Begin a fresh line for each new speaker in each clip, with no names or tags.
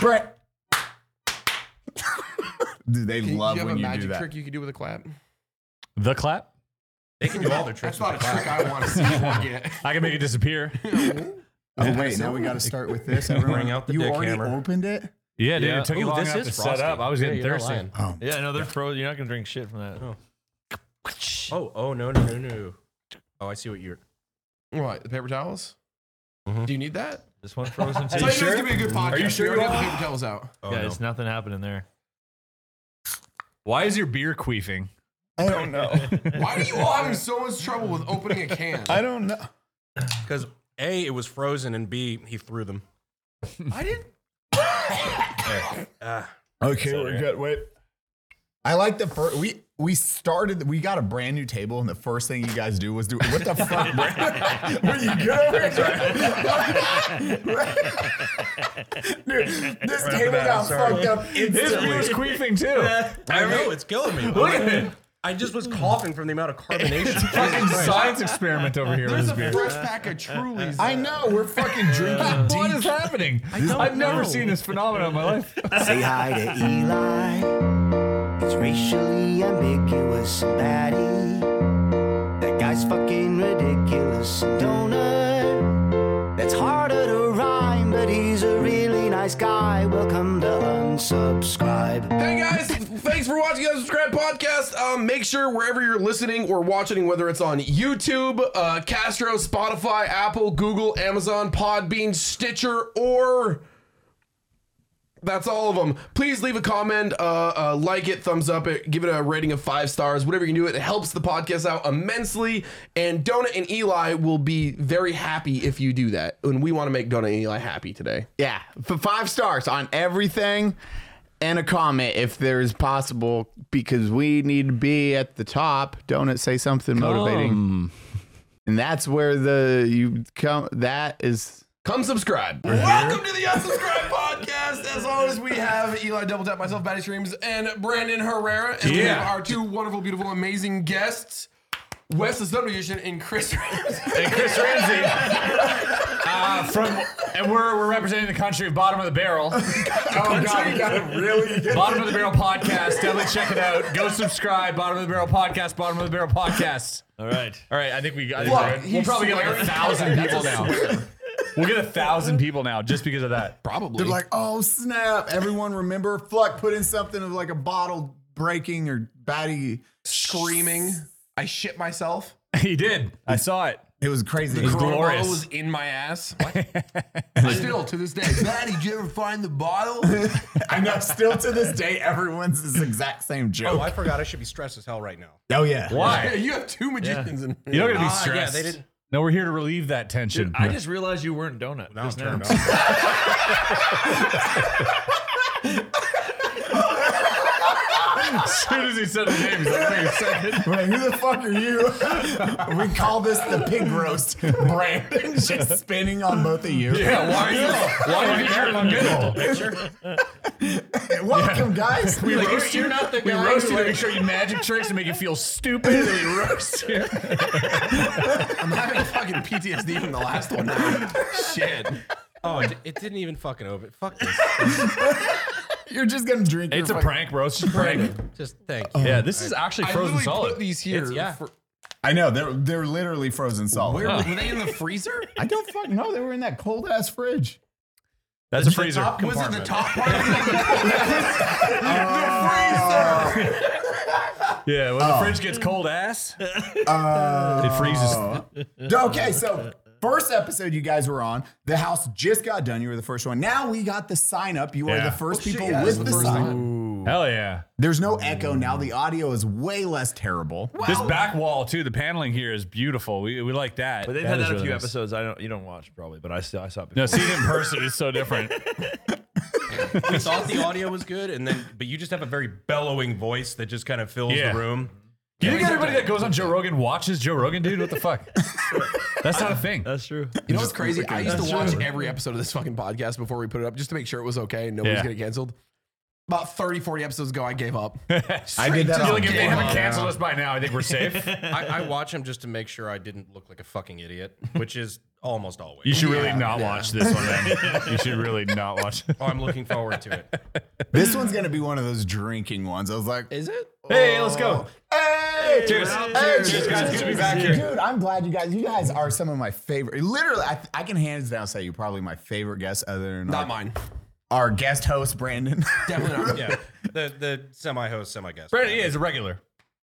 Brett. Dude, they
Can you,
love
you have
when
a
you
magic
do that.
trick you could do with a clap?
The clap.
They can do all their tricks.
That's not a
with their
trick
clap.
I want to see people get.
I can make it disappear.
Oh wait, now we got to start with this.
Bring out the
you
dick
already
hammer.
opened it.
Yeah, dude.
Yeah.
It took you
Ooh,
long
this
enough
is
to set
frosty.
up. I was
Yeah,
getting
you're not
thirsty.
lying.
Oh,
Yeah, no, they're frozen. You're not gonna drink shit from that.
Oh, oh no, no, no, no. Oh, I see what you're.
what? The paper towels?
Mhm.
Do you need that?
This one frozen too.
Tell you sure? gonna be a good podcast.
Are you sure
We
you
already have
are?
the paper towels out.
Oh,
yeah,
no.
it's nothing happening there.
Why is your beer queefing?
I don't know.
Why are you all having so much trouble with opening a can?
I don't know.
Because A, it was frozen, and B, he threw them.
I didn't.
Ah,
Okay, we're good. Wait. I like the first. We we started. We got a brand new table, and the first thing you guys do was do what the fuck? Brandon? Were you good over here? Dude, this table got fucked up
His
instantly.
beer's queefing too.
I know it's killing me. Look at it. I just was coughing from the amount of carbonation.
Fucking science experiment over here with
There's
this
a
beer.
fresh pack of Trulies.
I know we're fucking
Uh,
drinking
What
deep.
is happening? I've never seen this phenomenon in my life.
Say hi to Eli. It's racially ambiguous and batty. That guy's fucking ridiculous and donut. That's harder to rhyme, but he's a really nice guy. Welcome to unsubscribe.
Hey guys, thanks for watching the Subscribe Podcast. Um, make sure wherever you're listening or watching, whether it's on YouTube, uh, Castro, Spotify, Apple, Google, Amazon, Podbean, Stitcher, or that's all of them. Please leave a comment, uh, uh, like it, thumbs up it, give it a rating of five stars, whatever you can do. It helps the podcast out immensely. And Donut and Eli will be very happy if you do that. And we want to make Donut and Eli happy today.
Yeah, for five stars on everything and a comment if there is possible because we need to be at the top. Don't say something motivating. And that's where the you come that is
Come subscribe. Welcome to the Unsubscribe Podcast. As always, we have Eli Double Tap, myself, Batty Streams, and Brandon Herrera. And we
Yeah.
have our two wonderful, beautiful, amazing guests, Wes the Subdivision and Chris Ramsey.
And Chris Ramsey. Uh, from and we're we're representing the country of bottom of the barrel. oh god, we got a really bottom of the barrel podcast. Definitely check it out. Go subscribe. Bottom of the barrel podcast. Bottom of the barrel podcast.
All right.
All right, I think we got.
Look,
we'll
he's
probably get like a
swearing.
thousand people now. We'll get a thousand people now just because of that.
Probably.
They're like, oh snap! Everyone remember Fluck put in something of like a bottle breaking or batty.
screaming. I shit myself.
He did. I saw it.
It was crazy.
Corona
glorious.
bottle was in my ass. What? Still to this day. Matt, did you ever find the bottle?
I know. Still to this day, everyone's this exact same
oh,
joke.
I forgot. I should be stressed as hell right now.
Oh yeah.
Yeah,
Why?
you have two magicians in here.
You're not gonna be
Ah, yeah, they
stressed.
didn't-
No, we're here to relieve that tension.
I just realized you weren't donut.
Now I'm
just now.
turned off.
as soon as he said the name, he's like, wait a second.
Wait, who the fuck are you? we call this the pig roast. Brandon's just spinning on both of you.
Yeah, why are you? Why are you here in the middle?
Welcome, guys.
We
Like,
roast
you're-
you.
you're not the
we
guy
roast
who,
you to
like-
make sure you magic tricks and make you feel stupid. and we roast you.
I'm having fucking PTSD from the last one. Shit.
Oh, it, it didn't even fucking open. Fuck this.
You're just gonna drink.
It's a
your fuck-
prank, bro. It's just a prank.
Just thank you.
Yeah, this is actually
I
frozen
literally put
solid.
these here.
It's- yeah.
for-
I know they're they're literally frozen solid.
where, were they in the freezer?
I don't fucking know. They were in that cold ass fridge.
That's a freezer.
Was it the top part? Of the, the freezer.
Yeah, when the fridge gets cold ass, it freezes.
Okay, so first episode you guys were on, the house just got done. You were the first one. Now we got the sign up. You are
Yeah.
the first
Oh, shit,
people
yeah,
with
that's
the
the first
sign.
time.
Hell yeah.
There's no echo now. The audio is way less terrible.
This back wall too. The paneling here is beautiful. We, we like that.
But they've had
is
that a
really
few
nice.
episodes. I don't. You don't watch probably, but I still I saw. It before.
No, seeing it in person is so different.
We thought the audio was good, and then but you just have a very bellowing voice that just kind of fills
Yeah.
the room.
You think everybody that goes on Joe Rogan watches Joe Rogan, dude? What the fuck? That's not a thing.
That's true.
You know what's crazy? I used to watch every episode of this fucking podcast before we put it up just to make sure it was okay and nobody's
Yeah.
was getting canceled.
About 30, 40 episodes ago, I gave up.
I did that.
feel
on
like if they
game.
haven't canceled us by now, I think we're safe.
I, I watch him just to make sure I didn't look like a fucking idiot, which is almost always.
You should really not watch this one. Then. You should really not watch.
Oh, I'm looking forward to it.
This one's gonna be one of those drinking ones. I was like,
Is it?
Hey, let's go.
Hey,
Cheers.
Hey,
Cheers, guys. Good to be back here.
Dude, I'm glad you guys. You guys are some of my favorite. Literally, I, I can hands down say you're probably my favorite guest other than
Not
our,
mine.
our guest host Brandon.
Definitely not.
Yeah, the the semi host, semi guest.
Brandon is a regular.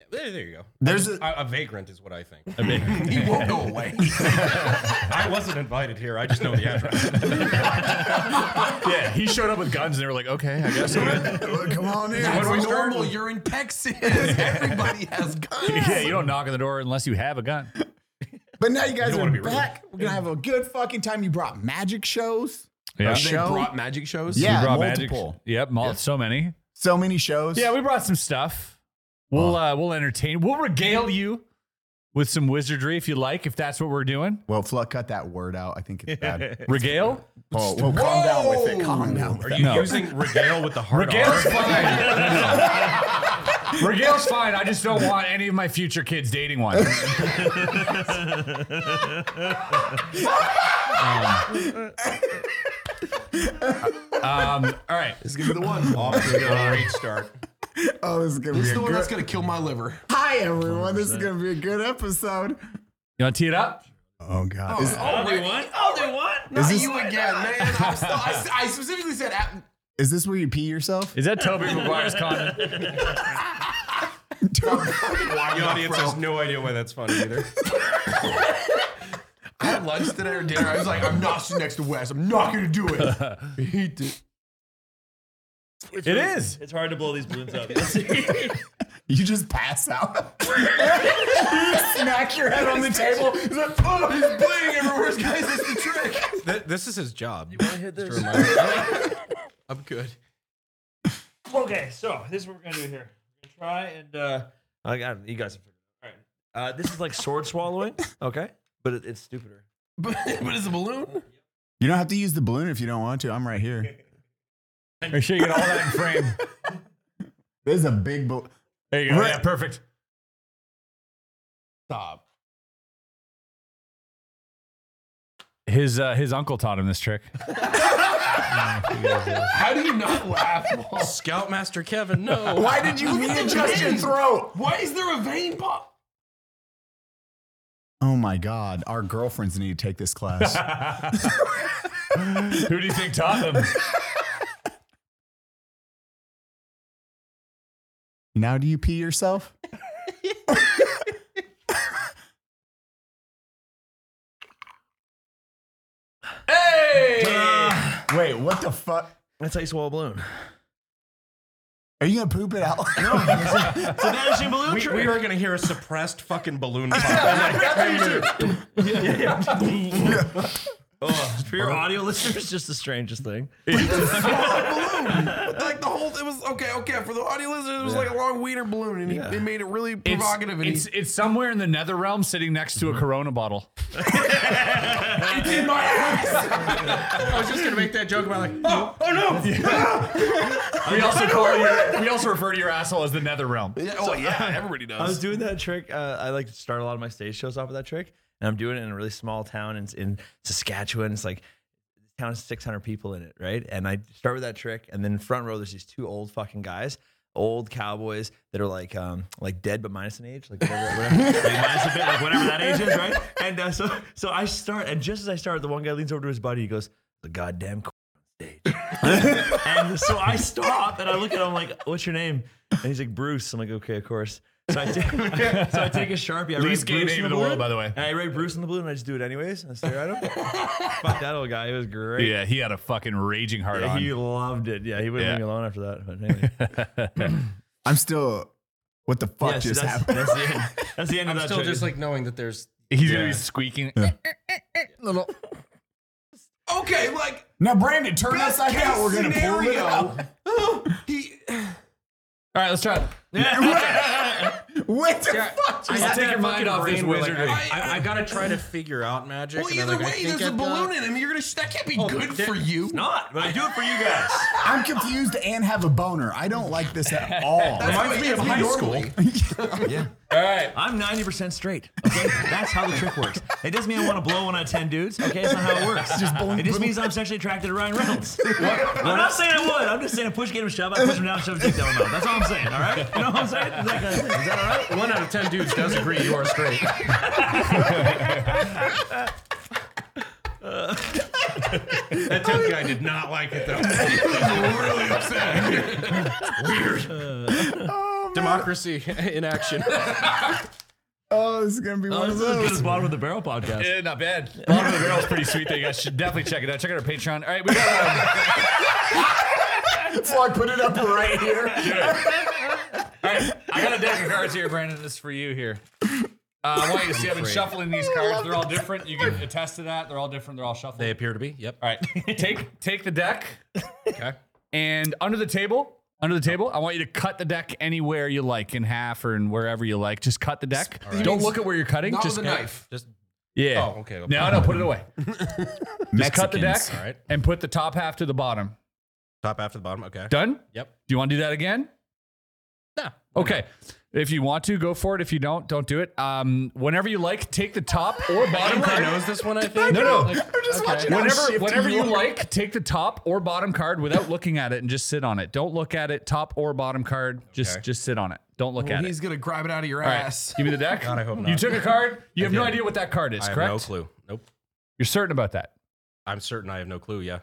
There, there you go.
There's a,
A, a vagrant is what I think.
He won't go away.
I wasn't invited here. I just know the address.
Yeah, he showed up with guns, and they were like, "Okay, I guess."
come on in.
That's normal. You're in Texas. Everybody has guns.
yeah, you don't knock on the door unless you have a gun.
But now you guys
don't
are
wanna be rude.
back. We're gonna have a good fucking time. You brought magic shows.
Yeah.
A show.
Brought magic shows.
yeah,
we brought
multiple.
magic. Yep, mul- so many.
So many shows.
Yeah, we brought some stuff. We'll uh, we'll entertain. We'll regale you with some wizardry if you like, if that's what we're doing.
Well, Fluck, cut that word out. I think it's bad.
Regale.
oh, well, calm down with it. Calm down.
Are you using regale with the hard
Regale's
R?
fine. Regale's fine. I just don't want any of my future kids dating one. um, um, all right.
It's gonna be the one.
Off to a great start.
Oh, this is gonna
It's
be a
the one that's
good.
gonna kill my liver.
Hi everyone. This is gonna be a good episode.
You want to tee it up?
Oh God. Is,
Not
this-
you again, man. I'm still, I, s- I specifically said uh, at,
is this where you pee yourself?
Is that Toby Maguire's comment?
The audience has no idea why that's funny either.
I had lunch today or dinner. I was like, I'm not sitting next to Wes. I'm not gonna do it. He did.
It is.
It's hard to blow these balloons up.
You just pass out. Smack your head on the table. He's like, "Oh, he's bleeding everywhere, guys. It's the trick.
Th- this is his job.
I'm good.
okay, so this is what we're gonna do here. We're gonna try and uh, I got you guys. All right, uh, this is like sword swallowing. Okay, but it, it's stupider.
But, but it's a balloon.
You don't have to use the balloon if you don't want to. I'm right here.
Make sure you get all that in frame.
This is a big balloon.
There you go. Yeah, perfect.
Stop.
His uh, his uncle taught him this trick.
How do you not laugh?
Scoutmaster Kevin, no.
Why did you readjust your throat?
Why is there a vein pop?
Oh my God. Our girlfriends need to take this class.
Who do you think taught him?
now, do you pee yourself?
Uh,
Wait, what the fuck?
That's how you swallow a balloon.
Are you going to poop it out?
So that is your balloon
We,
trick.
we are going to hear a suppressed fucking balloon pop.
Ugh, Oh, for your audio listeners, just the strangest thing.
Like the whole, it was okay, okay. For the audio listeners, it was like a long wiener balloon, and he, he made it really provocative. and he-
it's, it's somewhere in the nether realm sitting next
Mm-hmm.
to a Corona bottle.
I was just going to make that joke about like, oh, oh no.
We also call your, we also refer to your asshole as the nether realm.
Yeah, oh yeah, everybody
I was
does.
doing that trick. Uh, I like to start a lot of my stage shows off with that trick, and I'm doing it in a really small town in, in Saskatchewan. It's like this town has 600 people in it, right? And I start with that trick, and then front row there's these two old fucking guys, old cowboys that are like um like dead but minus an age, like whatever, whatever, like, minus a bit, like whatever that age is, right? And uh, so so I start, and just as I start, the one guy leans over to his buddy, he goes, "The goddamn." qu- on Stage. and so I stop and I look at him like, "What's your name?" And he's like, "Bruce." I'm like, "Okay, of course." So I take, so I take a sharpie. I
Least
write
gay
Bruce
name
in
in the
balloon,
world, by the way.
And I write Bruce in the balloon, and I just do it anyways. And I stare at him. Fuck that old guy. It was great.
Yeah, he had a fucking raging heart
Yeah,
on.
he loved it. Yeah, he wouldn't leave
Yeah.
me alone after that. But anyway.
I'm still. What the fuck
Yeah, so
just
that's,
happened?
that's the end. That's the end
I'm
of that.
still
trick.
just like knowing that there's
He's gonna be squeaking.
Little.
Okay, like
Now, Brandon, turn
best
upside
case
down. We're going to pull it
scenario.
out.
Oh, he
All right, let's try it.
What the fuck?
I
just-
have take your mind off this wizardry.
I, I gotta try to figure out magic.
Well,
and then,
either
like, I
way,
think
there's a
I've got-
balloon in him. You're gonna. That can't be good
uh, Oh, there-
for you.
It's not, but I do it for you guys.
I'm confused and have a boner. I don't like this at all.
Reminds me of high school.
All right.
I'm 90% straight. Okay? That's how the trick works. It doesn't mean I want to blow one out of 10 dudes. Okay? That's not how it works. it just means I'm sexually attracted to Ryan Reynolds. I'm not saying I would. I'm just saying I push, get him, shove. I push him down, shove, take down him out. That's all I'm saying. All right? You know what I'm saying? Is that kind of thing? Is that all right?
One out of ten dudes does agree you are straight. that tenth guy did not like it though. he was really upset. Weird.
Oh,
Democracy in action.
Oh, this is gonna be one
This
of
is as good
those.
as Bottom of the Barrel podcast.
Yeah, not bad. Bottom of the barrel's pretty sweet. There, you guys should definitely check it out. Check out our Patreon. All right, we got. Um,
So I put it up right here.
all right, I got a deck of cards here, Brandon. This is for you here. Uh, I want you to see. I've been shuffling these cards. They're all different. You can attest to that. They're all different. They're all shuffled.
They appear to be. Yep.
All right, take take the deck. Okay. And under the table, under the table, I want you to cut the deck anywhere you like, in half or in wherever you like. Just cut the deck. Don't look at where you're cutting.
Not
just
with a knife.
Just
Yeah.
Oh, okay.
No, no, put it away. Just cut the deck
Mexicans.
All right.
and put the top half to the bottom.
top after the bottom. Okay.
Done? Do
Yep.
you want to do that again?
No.
Okay. If you want to, go for it. If you don't, don't do it. Um, whenever you like, take the top or bottom
Everybody
card.
knows this one, I think.
No, no.
I'm just watching how
Whenever,
shifty
whenever you
are.
like, take the top or bottom card without looking at it and just sit on it. Don't look at it. Top or bottom card. Just
Okay.
just sit on it. Don't
Oh,
look
Well,
at
he's
it.
gonna grab it out of your
All right.
ass.
Give me the deck.
God, I hope
You
not.
took a card. You have no
did.
idea what that card is,
I have
correct?
no clue. Nope.
You're certain about that.
I'm certain I have no clue. Yeah.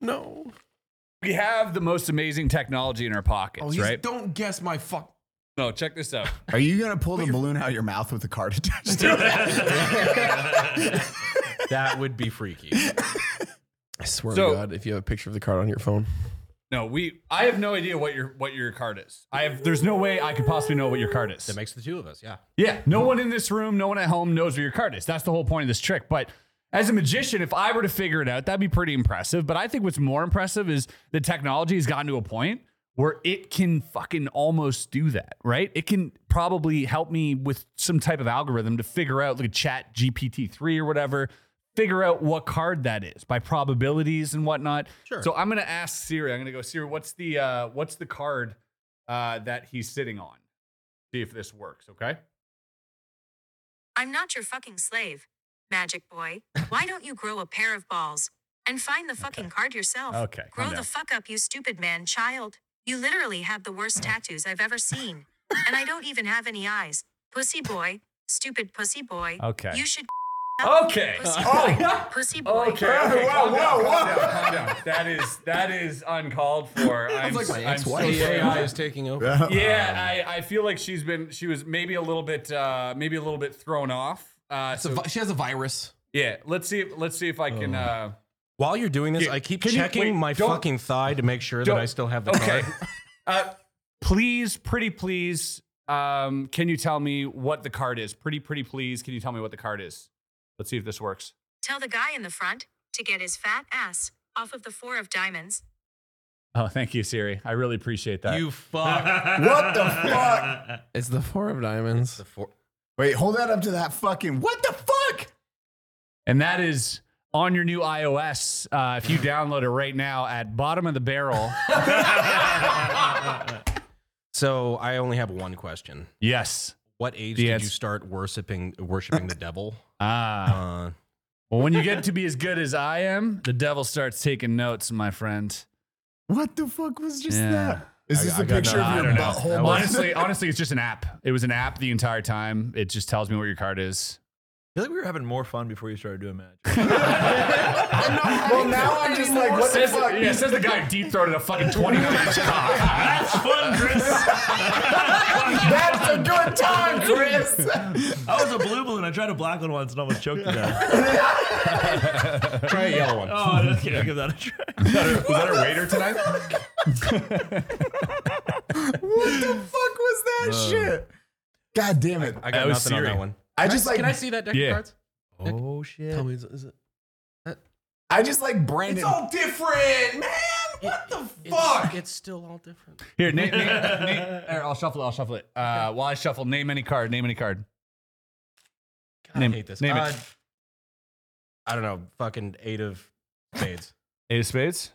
No.
We have the most amazing technology in our pockets,
Oh, he's,
right?
Don't guess my fuck.
No, check this out.
Are you gonna pull the balloon out of your mouth with the card attached to it?
That would be freaky.
I swear
So-
to God, if you have a picture of the card on your phone.
No, we. I have no idea what your what your card is. I have. There's no way I could possibly know what your card is.
That makes the two of us. Yeah.
Yeah, no one in this room, no one at home knows where your card is. That's the whole point of this trick. But as a magician, if I were to figure it out, that'd be pretty impressive. But I think what's more impressive is the technology has gotten to a point where it can fucking almost do that, right? It can probably help me with some type of algorithm to figure out, like chat GPT-3 or whatever, figure out what card that is by probabilities and whatnot. Sure. So I'm gonna ask Siri, I'm gonna go, Siri, what's the uh what's the card uh that he's sitting on? See if this works, okay?
I'm not your fucking slave, Magic Boy. Why don't you grow a pair of balls and find the fucking card yourself?
Okay, calm
Grow
down.
the fuck up, you stupid man child. You literally have the worst tattoos I've ever seen. and I don't even have any eyes. Pussy boy, stupid pussy boy.
Okay.
You should.
Okay.
Pussy boy. Pussy boy.
okay. Whoa, whoa, whoa. Calm down. That is that is uncalled for. I'm,
like my
I'm
ex-wife.
so sorry.
AI is taking over.
Yeah, I, I feel like she's been she was maybe a little bit uh maybe a little bit thrown off. Uh
It's a
so
vi- she has a virus.
yeah, let's see let's see if I can uh
While you're doing this,
Yeah,
I keep
can you-
checking
wait,
my
don't-
fucking thigh to make sure
don't-
that I still have the
Okay.
card.
uh please pretty please um can you tell me what the card is? Pretty pretty please can you tell me what the card is? Let's see if this works.
Tell the guy in the front to get his fat ass off of the four of diamonds.
Oh, thank you, Siri. I really appreciate that.
You fuck.
What the fuck?
It's the four of diamonds.
Wait, hold that up to that fucking. What the fuck?
And that is on your new iOS. Uh, if you download it right now at bottom of the barrel.
So I only have one question.
yes.
What age
The
did
answer-
you start worshiping worshiping the devil?
Ah.
Uh,
Well, when you get to be as good as I am, the devil starts taking notes, my friend.
What the fuck was just
Yeah.
that? Is this a
got
picture
no- I
of your
don't know.
butthole?
That was-
Honestly, honestly, it's just an app. It was an app the entire time. It just tells me where your card is.
I feel like we were having more fun before you started doing magic.
well, now I'm just like, what the
Says,
fuck?
yeah, says the guy who deep throated a fucking 20 inch cock.
That's fun, Chris.
That's a good time, Chris.
I was a blue balloon. I tried a black one once and almost choked to death.
try a yellow one.
Oh, I just can't give that a try.
Was that our waiter tonight?
what the fuck was that shit? God damn it!
I got
was
nothing
Siri.
on that one.
I, just like
Can I see that deck
Yeah.
of cards?
Oh shit!
Tell me, is, is it?
I just like Brandon.
It's all different, man. what the
Fuck! It's still all different.
Here, name, name, name, er, I'll shuffle it. I'll shuffle it. Uh, while I shuffle, name any card. Name any card. name,
I hate this.
Name
Uh,
it.
I don't know. Fucking eight of spades.
Eight of spades.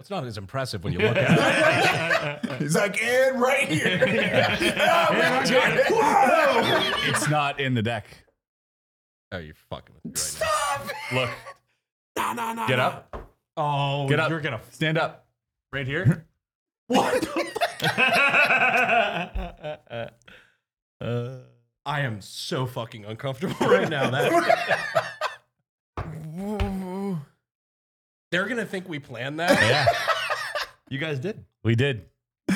It's not as impressive when you look at it.
He's like, and right here.
Whoa!
It's not in the deck.
Oh, you're fucking with me right
Stop!
now. Look,
No, no, no.
Get
no.
up.
Oh,
Get up.
You're gonna.
Stand up.
Right here?
What? the-
I am so fucking uncomfortable right now. That they're gonna think we planned that.
Yeah,
You guys did.
we did.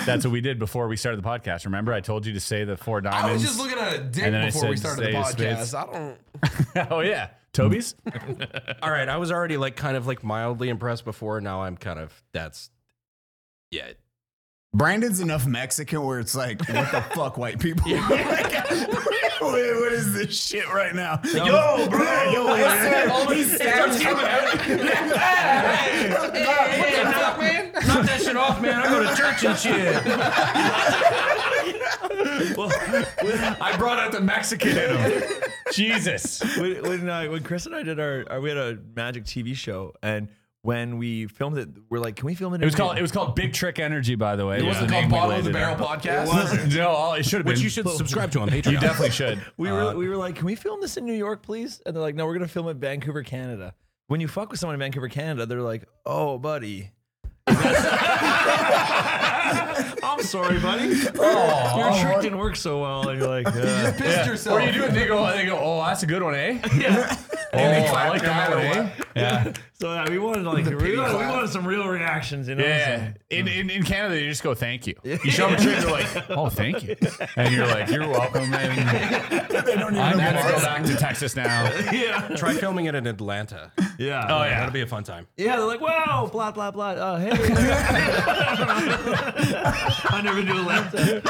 That's what we did before we started the podcast. Remember, I told you to say the four diamonds.
I was just looking at a dick
And then I
before
said
we started the
Zeta Spades.
podcast. I don't.
oh yeah, Toby's.
All right, I was already like kind of like mildly impressed before. Now I'm kind of that's yeah.
Brandon's enough Mexican where it's like, what the fuck, white people? Like, what what is this shit right now? Yo, bro. Yo,
all these stabs coming out. man?
Knock that shit off, man. I go to church and shit.
I brought out the Mexican in him. Jesus.
when, when, uh, when Chris and I did our, our, we had a magic TV show, and when we filmed it, we're like, can we film it?
It was called. It was called Big Trick Energy, by the way. It
wasn't called Bottom of the Barrel Podcast?
No, all- it should have been.
Which you should subscribe to on Patreon.
You definitely should.
We were, we were like, can we film this in New York, please? And they're like, no, we're gonna film it in Vancouver, Canada. When you fuck with someone in Vancouver, Canada, they're like, oh, buddy. I'm sorry, buddy. Your trick didn't work so well, and you're like, uh,
Pissed yourself.
Or you do it, they go, they go, oh, that's a good one, eh?
yeah.
Oh, I like that one, eh? Yeah.
So yeah, we wanted like we
pity
wanted, we
clap.
wanted some real reactions, you know.
Yeah. In, in, in Canada, you just go, thank you. You show them a trick, they're like, oh, thank you. And you're like, you're welcome. And
They don't even
I'm
know
going to
what
go
it is.
back to Texas now.
yeah.
Try filming it in Atlanta.
Yeah.
Oh, yeah.
That'll be a fun time.
Yeah, they're like, wow, blah blah blah. Uh, hey, I never do a lap dance.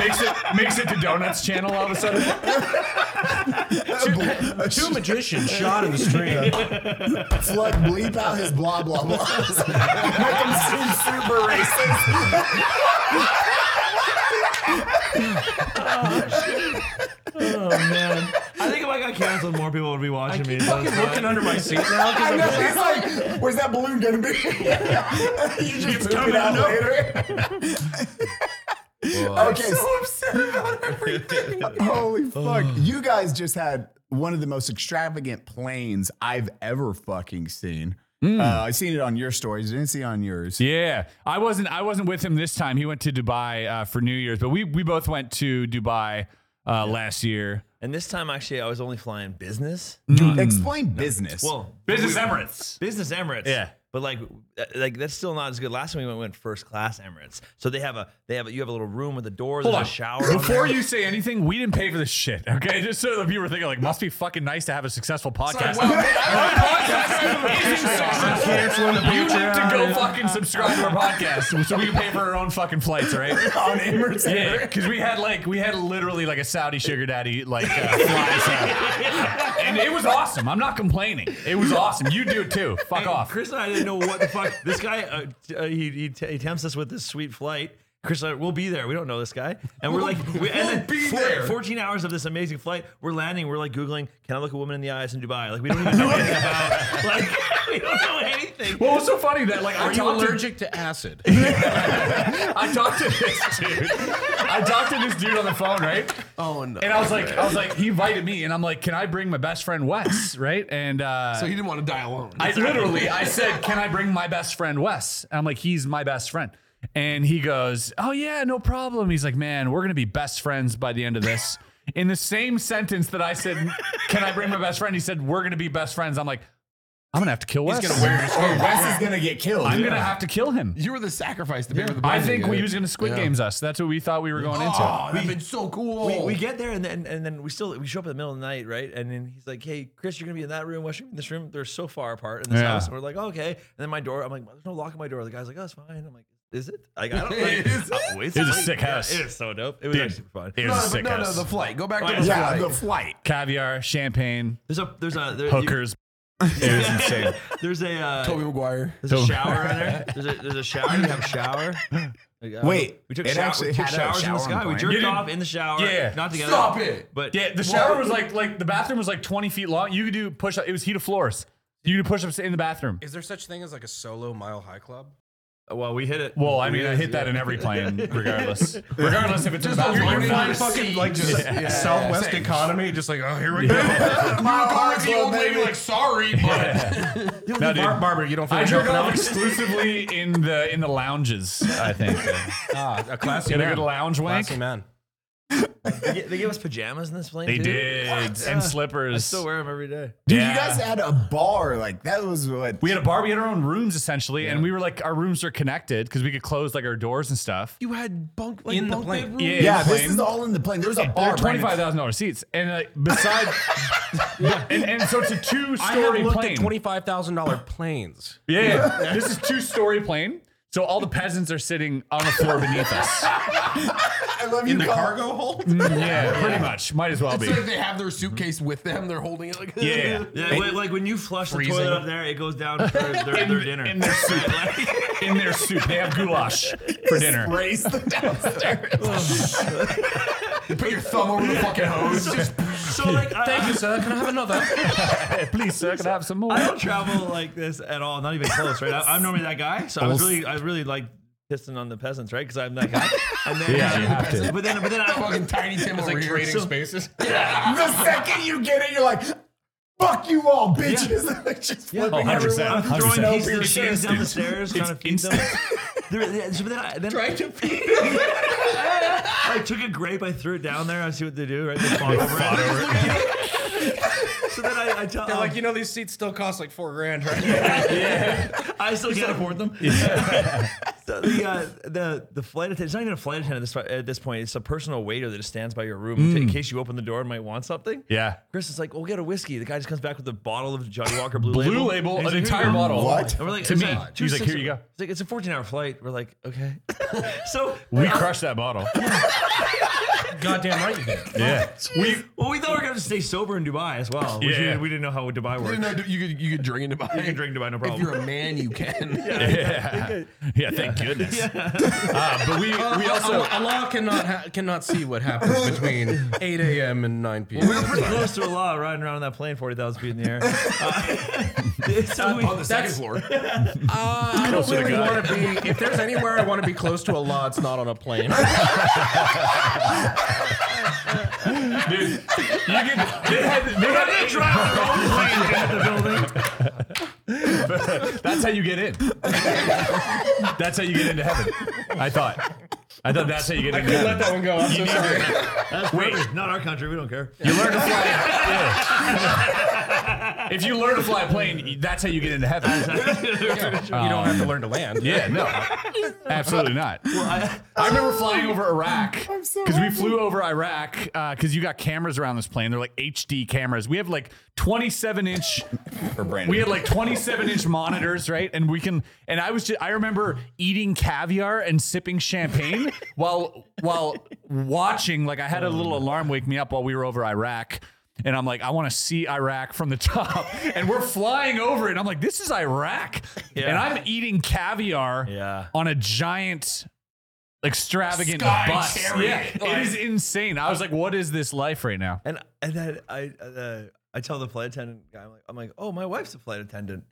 Makes it, makes it to Donuts Channel all of a sudden.
Two magicians shot in the stream.
Flood bleep out his blah blah blah. Make him seem super racist.
Oh man, I think if I got canceled, more people would be watching me. so it's fine.
Looking under my seat now.
I know. He's like, where's that balloon gonna be? you just poop it out later. okay. so-
I'm upset about everything.
Holy fuck. You guys just had one of the most extravagant planes I've ever fucking seen. Uh, I seen it on your stories. I didn't see it on yours.
Yeah, I wasn't. I wasn't with him this time. He went to Dubai uh, for New Year's, but we we both went to Dubai uh, last year.
And this time, actually, I was only flying business.
Mm.
Explain business.
Well,
Business Emirates.
business Emirates.
Yeah.
But like, uh, like that's still not as good. Last time we went, we went first class Emirates. So they have a, they have a, you have a little room with a door.
Hold
there's
on.
a shower. on
Before
there.
you say anything, we didn't pay for this shit. Okay, just so the viewer thinking like, must be fucking nice to have a successful podcast.
wow, man,
Our podcast isn't successful. You need to go fucking subscribe to our podcast so we can pay for our own fucking flights, all right?
on Emirates.
Yeah, because we had like we had literally like a Saudi sugar daddy like uh, fly sound. and it was awesome. I'm not complaining. It was awesome. You do it too. Fuck
And
off.
Chris and I didn't know what the fuck. This guy, uh, t- uh, he, he, t- he tempts us with this sweet flight. Chris, and I, we'll be there. We don't know this guy, and we're like, we, and then
be
four-
there.
Fourteen hours of this amazing flight. We're landing. We're like googling, can I look a woman in the eyes in Dubai? Like we don't even know anything about. Like we don't know anything.
Well, it was so funny that like I
Are you
talked to
allergic to acid?
I talked to this dude. I talked to this dude on the phone, right?
Oh no.
And I was like, I was like, he invited me, and I'm like, can I bring my best friend Wes, right? And uh,
so he didn't want to die alone.
I literally, I said, "Can I bring my best friend Wes?" And I'm like, "He's my best friend," and he goes, "Oh yeah, no problem." He's like, "Man, we're gonna be best friends by the end of this." In the same sentence that I said, "Can I bring my best friend?" He said, "We're gonna be best friends." I'm like, "I'm gonna have to kill Wes.
He's gonna wear his Or Wes is gonna get killed.
I'm gonna have to kill him."
you were the sacrifice to pay for the.
I
bungee,
think
yeah.
we he was gonna Squid Games us. That's what we thought we were going into.
Oh, that'd been so cool.
We, we get there and then and then we still we show up in the middle of the night, right? And then he's like, "Hey, Chris, you're gonna be in that room. What's in this room? They're so far apart in this
Yeah.
house." And we're like, "Okay." And then my door, I'm like, "There's no lock on my door." The guy's like, "Oh, it's fine." I'm like, "Is it?" Like, I don't. Like,
Is
oh, it's
It was a
fine.
sick
Yeah,
house.
It was so dope. It was
Dude.
actually fun.
It
no,
was a
no,
sick
no, no,
house.
the flight. Go back
Oh,
to
yeah.
the
yeah,
flight.
the flight.
Caviar, champagne,
There's a there's a there, you-
hookers,
It
was insane.
There's a uh,
Toby Maguire.
There's a shower in there. There's a, there's a shower. You have a shower. Like, uh,
Wait,
we took,
it
shower,
actually
we took
had a
showers in
shower on
the sky.
the
We
plane.
jerked
You didn't-
off in the shower.
Yeah.
not together.
Stop
it.
But
yeah, the shower was like like the bathroom was like 20 feet long. You could do push up. It was heated floors. You could do push ups in the bathroom.
Is there such thing as like a solo mile high club?
Well, we hit it.
Well, I mean, I hit that in every plane, regardless. Regardless if it's in the
Just a
bathroom.
learning
not.
line
fucking like just
Yeah. Yeah.
Southwest
Same.
economy, just like oh here we go.
Car with the old lady, like sorry, but
No, dude.
Bar- Barbara, you don't feel
I jerk
jumping
off
off.
exclusively in the in the lounges. I think.
Ah, a classy
Got a
man.
good lounge wank.
Classy man.
They gi- they gave us pajamas in this plane.
They
too?
did
Yeah.
and slippers.
I still wear them every day.
Dude,
Yeah.
you guys had a bar. Like that was what
we had a bar. We had our own rooms essentially, and we were like our rooms are connected because we could close like our doors and stuff.
You had bunk like
In the
bunk
plane.
bed room?
Yeah,
Yeah,
plane.
this is all in the plane. There's a
They're
bar.
twenty five thousand dollars seats, and like beside, and, and so it's a two
I have
story
looked
plane.
at twenty five thousand dollar planes.
yeah, yeah. this is two story plane. So all the peasants are sitting on the floor beneath us.
I love you.
in the
Carl.
cargo hold.
Mm, yeah, pretty much. Might as well
it's
be.
like they have their suitcase with them. They're holding it like
Yeah.
Yeah, like, like when you flush the
Freezing.
toilet up there, it goes down to their, their,
In,
their dinner.
in their soup. in their soup. They have goulash for dinner.
Raise the downstairs.
You put your thumb over the fucking hose. Just
so like, I,
Thank you, sir. Can I have another?
Please, sir, can I have some more?
I don't travel like this at all. Not even close, right? I, I'm normally that guy, so I was really, I was really like pissing on the peasants, right? Because I'm that guy. And then,
Yeah, you have to.
But then, but then I,
fucking tiny Tim over
like
here.
trading spaces.
the second you get it, you're like, fuck you all, bitches. Like, just flipping
Oh,
everyone.
100%.
I'm throwing
100%.
pieces of
It's
cheese down the
instant.
stairs, trying to feed them. There- yeah, so then I, then I,
to
I took a grape, I threw it down there. I see what they do, right? They fought over it. so then I, I tell, um,
They're
like,
like, you know, these seats still cost like four grand, right?
I still can't afford them. So the, uh, the the flight attendant, it's not even a flight attendant at this, at this point. It's a personal waiter that just stands by your room in case you open the door and might want something.
Mm. Yeah.
Chris is like, we'll get a whiskey. The guy just comes back with a bottle of Johnny Walker Blue,
Blue label,
Label. And
an
he's like, "Here you
entire
go."
bottle.
What?
And we're like,
To
it's
me.
like two
He's like,
six-
"Here you go."
It's like, it's a 14 hour flight. We're like, okay. so,
We crushed that bottle.
Goddamn right you did.
Yeah. We
well, we thought we were going to stay sober in Dubai as well. Which
Yeah.
we, didn't- we didn't know how Dubai
You
worked.
know, uh, you could you could drink in Dubai.
You can drink Dubai, no
If you're
problem.
a man, you can.
yeah. yeah, thank goodness. Uh, but we we also
Allah, Allah cannot ha- cannot see what happens between 8 a.m. and 9 p.m.
We were pretty close to a lot riding around on that plane 40,000 feet in the air. Uh, so we,
On the second floor.
Uh, I don't really want to be. If there's anywhere I want to be close to Allah, it's not on a plane.
dude, you can, they had, they had that's how you get in. that's how you get into heaven. I thought. I thought that's how you get into heaven.
Let that one go. I'm so sorry.
Wait, not our country. We don't care.
You learn to fly. Yeah. If you learn to fly a plane, that's how you get into heaven.
You don't have to learn to land.
Uh, Yeah, no, absolutely not. I remember flying over Iraq because we flew over Iraq because you got cameras around this plane. They're like HD cameras. We have like 27 inch. We had like 27 inch monitors, right? And we can. And I was just. I remember eating caviar and sipping champagne while while watching. Like I had a little alarm wake me up while we were over Iraq. And I'm like, I want to see Iraq from the top. And we're flying over it. And I'm like, this is Iraq. And I'm eating caviar
Yeah.
on a giant extravagant
Sky
bus.
chariot,
Yeah, it is insane. I was like, what is this life right now?
And and then I uh, I tell the flight attendant guy, I'm like, I'm like, oh, my wife's a flight attendant,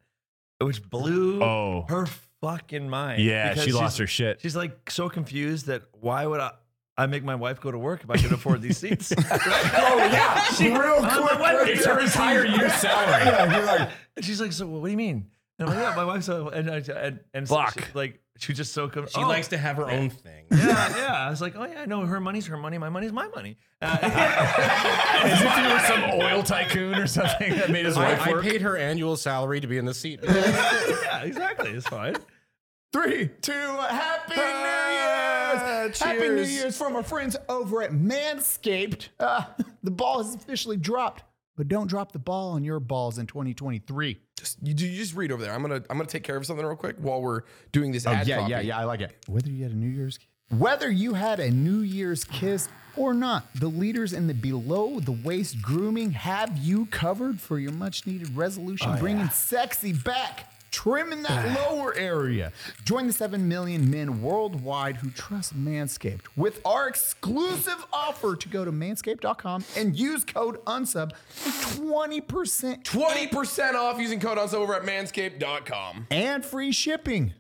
which blew
Oh.
her fucking mind.
Yeah,
because
she
she's-
lost her shit.
She's like so confused that why would I? I make my wife go to work if I could afford these seats.
Oh, yeah. Real quick. right
It's
there.
her entire year's salary.
Yeah, you're like,
And she's like, so what do you mean? And I'm like, yeah, my wife's a, and I- and and so
Block.
she- like she just so com-
She
oh.
likes to have her own thing.
Yeah, yeah. I was like, oh yeah, no, her money's her money, my money's my money. Uh,
As if you were some oil tycoon or something that made his wife
I, I
work.
paid her annual salary to be in the seat.
yeah, exactly. It's fine.
three, two, happy New Year's. Happy New
cheers.
Year's from our friends over at Manscaped. Uh, the ball has officially dropped, but don't drop the ball on your balls in 2023.
Just- you, you just
Oh,
read over there. I'm gonna I'm gonna take care of something real quick while we're doing this ad copy.
I like it. Whether you had a New Year's Whether you had a New Year's kiss or not, the leaders in the below the waist grooming have you covered for your much needed resolution,
Oh,
bringing
yeah.
sexy back, trimming that lower area. Join the 7 million men worldwide who trust Manscaped with our exclusive offer to go to manscaped.com and use code UNSUB for 20%
20% off using code ONS over at manscaped.com.
and free shipping.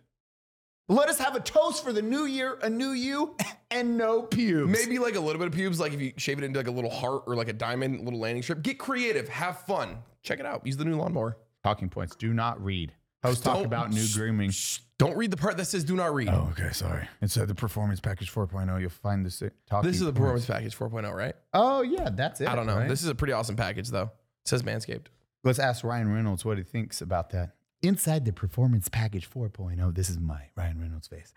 Let us have a toast for the new year, a new you, and no pubes.
Maybe like a little bit of pubes, like if you shave it into like a little heart or like a diamond, little landing strip. Get creative, have fun. Check it out. Use the new lawnmower.
Talking points. Do not read. Host talk
Don't-
about new grooming.
Don't read the part that says do not read.
Oh, okay. Sorry.
uh,
Inside the performance package 4.0, you'll find this talking
This is the
points.
performance package 4.0, right?
Oh yeah, that's it.
I don't know.
right?
This is a pretty awesome package though. It says Manscaped.
Let's ask Ryan Reynolds what he thinks about that.
Inside the Performance Package 4.0, this is my Ryan Reynolds face.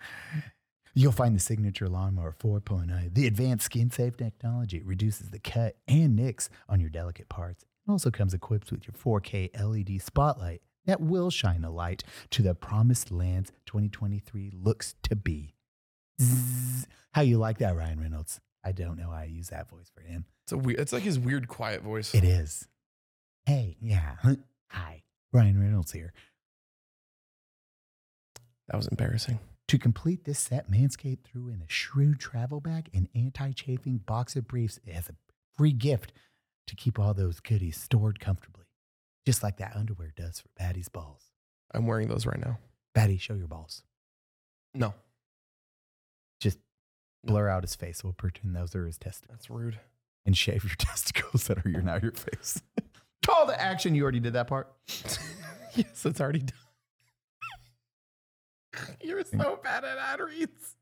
You'll find the signature lawnmower 4.0. The advanced skin safe technology It reduces the cut and nicks on your delicate parts. It also comes equipped with your 4K LED E spotlight that will shine a light to the promised lands 2023 looks to be. Zzz. How you like that, Ryan Reynolds? I don't know how I use that voice for him.
It's a weird. It's like his weird quiet voice.
It is. Hey, yeah. Hi, Ryan Reynolds here.
That was embarrassing.
To complete this set, Manscaped threw in a shrewd travel bag and anti-chafing boxer briefs as a free gift to keep all those goodies stored comfortably, just like that underwear does for Batty's balls.
I'm wearing those right now.
Batty, show your balls.
No.
Just blur out his face. We'll pretend those are his testicles.
That's rude.
And shave your testicles that are your, now your face.
Call the action. You already did that part.
yes, it's already done. You're so bad at ad reads.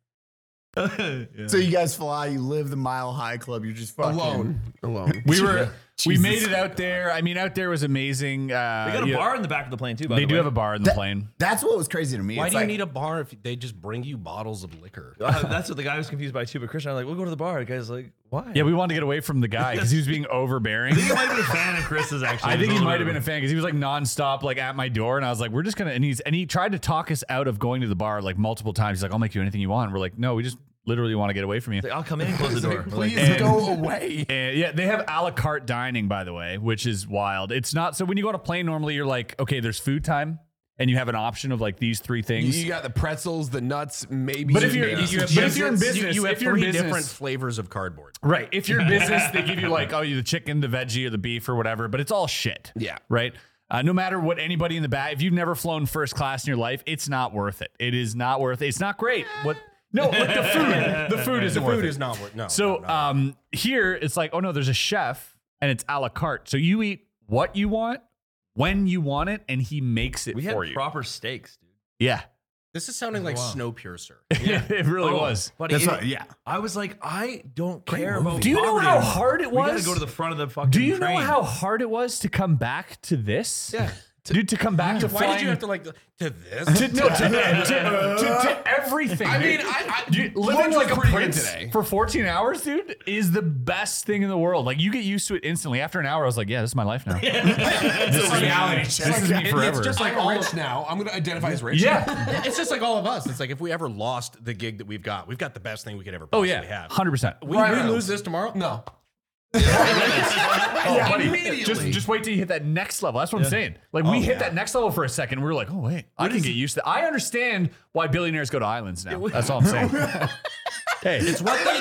So you guys fly, you live the Mile High Club, you're just fucking
Alone. Alone.
We were we
Jesus.
made it out there. I mean, out there was amazing. Uh,
They got a
you know,
bar in the back of the plane too. By
They
the
do
way.
have a bar in the plane.
That's what was crazy to me.
Why
It's
do you
like-
need a bar if they just bring you bottles of liquor?
Uh, that's what the guy was confused by too. But Christian, I was like, we'll go to the bar. The guy's like, why?
Yeah, we wanted to get away from the guy because he was being overbearing.
I think he might have been a fan of Chris's actually.
I think he
There's
might have
little
been a
bit
fan because he was like nonstop, like at my door, and I was like, "We're just gonna." And he's and he tried to talk us out of going to the bar like multiple times. He's like, "I'll make you anything you want." And we're like, "No, we just literally want to get away from you."
of- He's like, I'll come in and close the door. We're like,
Please go away.
And yeah, they have a la carte dining, by the way, which is wild. It's not so when you go on a plane normally, you're like, okay, there's food time, and you have an option of like these three
You,
things.
you got the pretzels, the nuts, maybe.
But if you're-
maybe
you-
some
but if you're in
Cheez-Its.
business-
you have
if you're in
three
business-
different flavors of cardboard.
Right. If you're in business, they give you like, oh, you the chicken, the veggie, or the beef, or whatever, but it's all shit.
Yeah.
Right. Uh, no matter what anybody in the back, if you've never flown first class in your life, it's not worth it. It is not worth it. It's not great. What? No, like the food. The food isn't worth
Food
it.
is not worth no.
so
Oh, no, no.
um, here it's like, oh no, there's a chef and it's a la carte. So you eat what you want, when you want it, and he makes it
we
for
had
you.
proper steaks, dude.
yeah.
this is sounding like
Wow.
Snowpiercer.
it really
Oh,
was.
buddy,
That's
it-
what, yeah.
I was like, I don't care about.
Do you know
poverty
how
anymore.
hard it
We
was?
gotta go to the front of the fucking.
Do you
train.
know how hard it was to come back to this?
Yeah.
Dude, to come back to
Why
flying
did you have to like to this?
to, no, to, to, to- to everything.
I mean,
dude.
I, I
Dude, living
lunch
like a
was pretty good
prince for 14 hours, dude, is the best thing in the world. Like you get used to it instantly. After an hour, I was like, yeah, this is my life now. this is reality. This is
It-
me forever.
It's just like
I'm
all
rich now. I'm gonna identify as rich.
yeah.
it's just like all of us. It's like if we ever lost the gig that we've got, we've got the best thing we could ever
Oh
possibly
yeah.
have.
Hundred percent.
We, we lose this tomorrow? No.
Immediately.
Oh, Just just wait till you hit that next level. That's what I'm saying. Like
Oh,
we hit that next level for a second. We were like, oh wait, I can get used to. I understand why billionaires go to islands now. That's all I'm saying. hey,
It's what they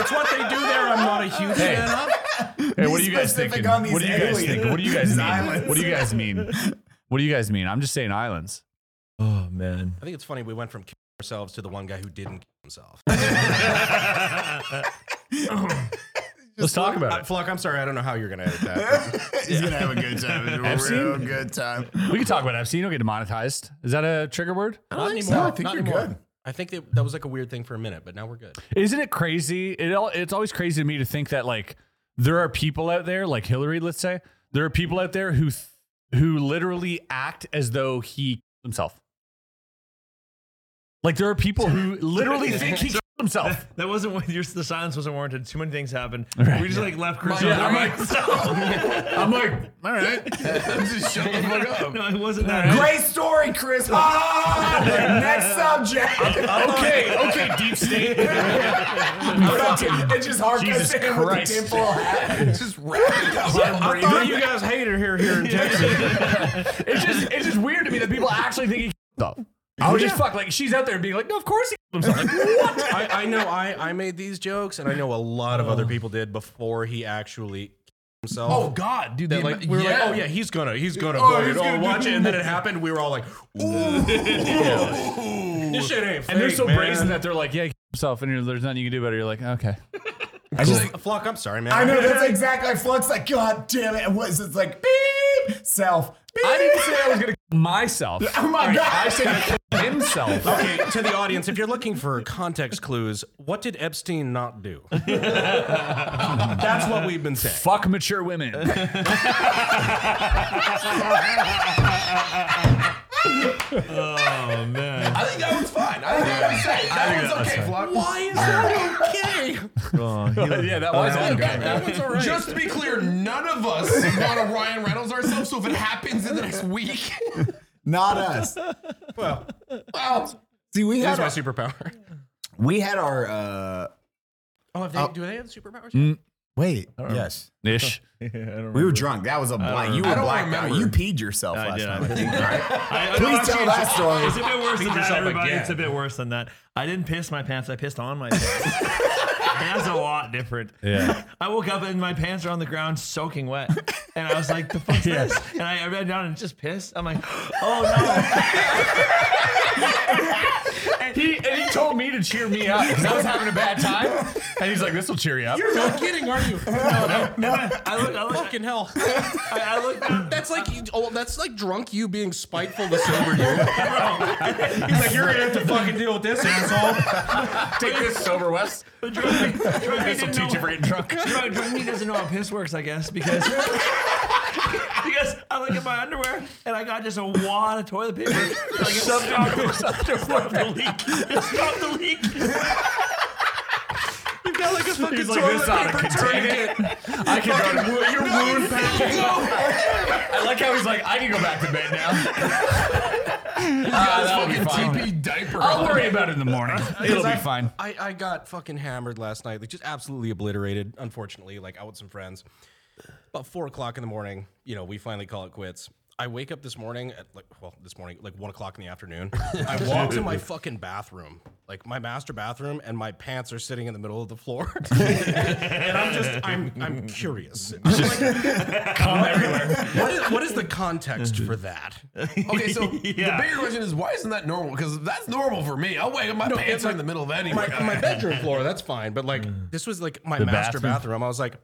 it's what they do there. I'm not a huge
Hey.
fan of.
Hey,
Be
what do you guys
specific
think?
on
What
these
do you guys
aliens.
think? What do you guys
These
mean?
islands.
What do you guys mean? What do you guys mean? I'm just saying islands.
Oh man.
I think it's funny we went from killing ourselves to the one guy who didn't kill himself.
Let's talk
Uh,
about it.
Fluck, I'm sorry, I don't know how you're gonna edit that.
He's gonna have a good time. It's
I've
a
seen-
real good time.
We can talk about FC. You don't get demonetized. Is that a trigger word?
Not anymore.
No, I think
Not
you're
anymore.
good.
I think that, that was like a weird thing for a minute, but now we're good.
Isn't it crazy? It all, it's always crazy to me to think that like there are people out there, like Hillary, let's say, there are people out there who th- who literally act as though he killed himself. Like there are people who literally think he killed
himself.
That wasn't what- your, the silence wasn't warranted. Too many things happened.
Right.
We just like left Chris.
Yeah,
alone.
I'm like- I'm like, all right.
Just shut the fuck up. No, it wasn't that.
Great story, Chris. Ah, next subject.
Okay, okay, deep state.
It's just hard
Jesus
to him with the
Christ.
tinfoil hat. It's just wrapping up.
I thought you guys hated her here in Texas.
It's just it's just weird to me that people actually think he himself. I was just fuck like she's out there being like, no, of course he himself. Like, what?
I, I know I, I made these jokes, and I know a lot of other people did before he actually himself.
Oh God, dude,
That
they
like we were like, oh yeah, he's gonna, he's gonna,
Oh,
vote
he's
it.
gonna
oh,
do-
watch it, and then it happened. We were all like, ooh, this shit ain't. Fake,
and they're so
man.
brazen that they're like, yeah, he himself, and you're, there's nothing you can do about it. You're like, okay.
I just Flock, I'm sorry, man.
I know that's exactly. Flux like, God damn it! And what is it? It's like beep self. Beep.
I didn't say I was gonna kill myself.
Oh my
Alright,
God.
I said I killed himself.
Okay, to the audience, if you're looking for context clues, what did Epstein not do? That's what we've been saying.
Fuck mature women.
Oh man.
I think that one's fine. I think that one's safe. That
think that
one's
was
okay,
fine.
Flock.
Why is that okay?
yeah, that was on
That one's all right.
Just to be clear, none of us want a Ryan Reynolds ourselves. So if it happens in the next week,
Not us.
well,
Wow. See, we
here's
had
my
our,
superpower.
we had our. uh
Oh, if they,
Oh.
do they have superpowers?
Wait. Yes.
Ish.
We were drunk. That was a blind. You were
I don't
blacked out.
remember.
You peed yourself
I
last
did.
night. I think,
I- I-
Please
actually,
tell that
it's-
story.
It's a bit worse than that,
yourself
everybody.
again.
It's a bit worse than that. I didn't piss my pants. I pissed on my pants. That's a lot different.
Yeah.
I woke up and my pants are on the ground soaking wet. And I was like, the fuck's this? And I I ran down and just pissed. I'm like, oh
He and he told me to cheer me up because I was having a bad time, and he's like, "This will cheer you up."
You're not kidding, are you?
no. I look, I look,
Fucking hell.
I, I look down.
That's like you- oh, that's like drunk you being spiteful to sober you. He's like, you're gonna have to fucking deal with this asshole.
Take this sober, Wes.
But Drunk me, drunk me
This will
didn't
teach you
know,
for getting drunk.
drunk, drunk me doesn't know how piss works, I guess, because because I look at my underwear and I got just a wad of toilet paper. Like it stopped, stopped the leak. It stopped the leak. You've got like a fucking
He's like, "This ought to contain it." I can go. To,
Your wound packing.
I like how he's like, "I can go back to bed now." Ah, that'll be fine.
TP diaper.
I'll worry about it in the morning. It'll be fine.
I, I got fucking hammered last night, like just absolutely obliterated, unfortunately, like out with some friends. About four o'clock in the morning, you know, we finally call it quits. I wake up this morning at like well, this morning, like one o'clock in the afternoon. I walk to my fucking bathroom, like my master bathroom, and my pants are sitting in the middle of the floor. and I'm just I'm I'm curious. I'm like, What is, what is the context for that?
Okay, so the bigger question is why isn't that normal? Because that's normal for me. I'll wake up, my pants are in the middle of any.
my, my bedroom floor, that's fine. But like, this was like my master Mm. bathroom. I was like,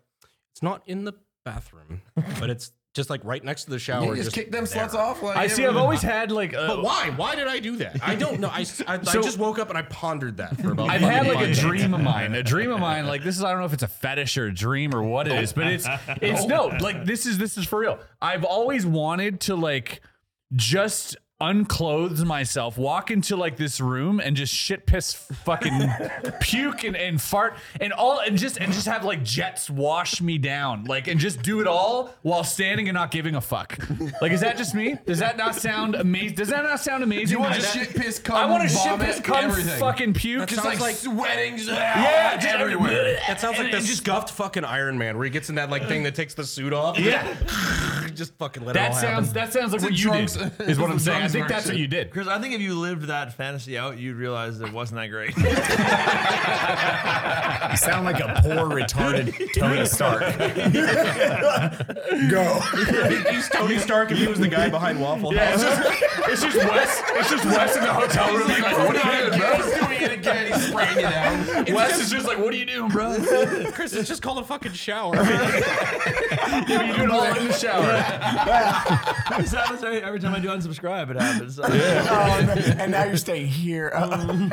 it's not in the bathroom, but it's just like right next to the shower.
You just, kick them sluts off. Like,
I see. I've always had like. uh,
But why? Why did I do that? I don't know. I, I, I
So-
just woke up and I pondered that for about.
I've
fucking
had like
five
a
minutes.
dream of mine, a dream of mine. Like this is I don't know if it's a fetish or a dream or what it is, but it's it's no like this is this is for real. I've always wanted to like just unclothe myself, walk into like this room and just shit piss fucking puke and, and fart and all and just and just have like jets wash me down. Like and just do it all while standing and not giving a fuck. Like is that just me? Does that not sound amazing? Does that not sound amazing?
You wanna
Does that-
shit, piss, cum,
I want to shit
vomit,
piss cum
everything.
fucking puke.
Just like, sweating.
Yeah,
Yeah,
just
everywhere.
That sounds like
And-
the
and just-
scuffed fucking Iron Man, where he gets in that like thing that takes the suit off.
Yeah,
just fucking let it
that
all
sounds
happen.
that sounds like
a
what you
drugs-
did. Is what I'm
it's a
saying. I
drugs
think that's what you did.
Chris, I think if you lived that fantasy out, you'd realize it wasn't that great.
You sound like a poor retarded Tony Stark. Go.
He's Tony Stark if he was the guy behind Waffle House.
It's just Wes. It's just Wes in the hotel
Oh,
room. Like, what do you do, bro?
He's doing it again. He's spraying you down.
Wes is just like, what are you doing, bro?
Chris, it's just called a fucking shower.
What are you doing all in the shower?
This happens every, every time I do unsubscribe, it happens.
Oh, and, then- and now you're staying here. Oh.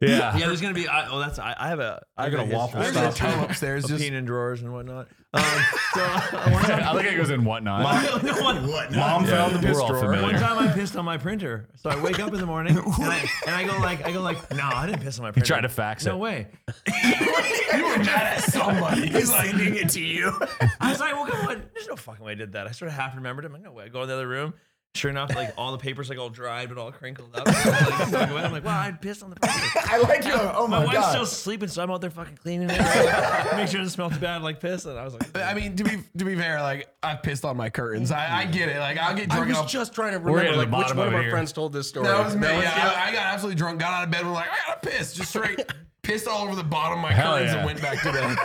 Yeah, yeah. There's gonna be. I, oh, that's. I, I have a. I
You're
got
gonna
a
waffle
history
stop.
of
There's a tub upstairs,
of
just-
peeing in drawers and whatnot. Um, so I, one time,
I like how it goes in whatnot.
One-
Mom
Yeah.
found the piss
We're all
drawer.
familiar. One
One
time I pissed on my printer, so I wake up in the morning and I, and I go like, I go like, no, I didn't piss on my printer.
tried to fax
no
it.
way.
you were mad at somebody. He's like,
sending it to you. I was like, well, come on. There's no fucking way I did that. I sort of half remembered it. I'm like, no way. I go in the other room. Sure enough, like all the papers like all dried but all crinkled up. I'm like, I'm like, wow, I pissed on the printer.
I like you. Oh my,
wife's
god.
still sleeping, so I'm out there fucking cleaning it. Like, make sure it smells bad like piss. And I was like,
I mean, to be to be fair, like I've pissed on my curtains. I, I get it. Like I'll get
I
drunk.
was
up-
just trying to
We're
remember
getting to
like
the
which
bottom
one
of
of
it
our
here.
friends told this story.
That was me. yeah,
yeah.
I, I got absolutely drunk, got out of bed, and was like, I gotta piss. Just straight pissed all over the bottom of my
Hell
curtains
yeah.
and went back to bed.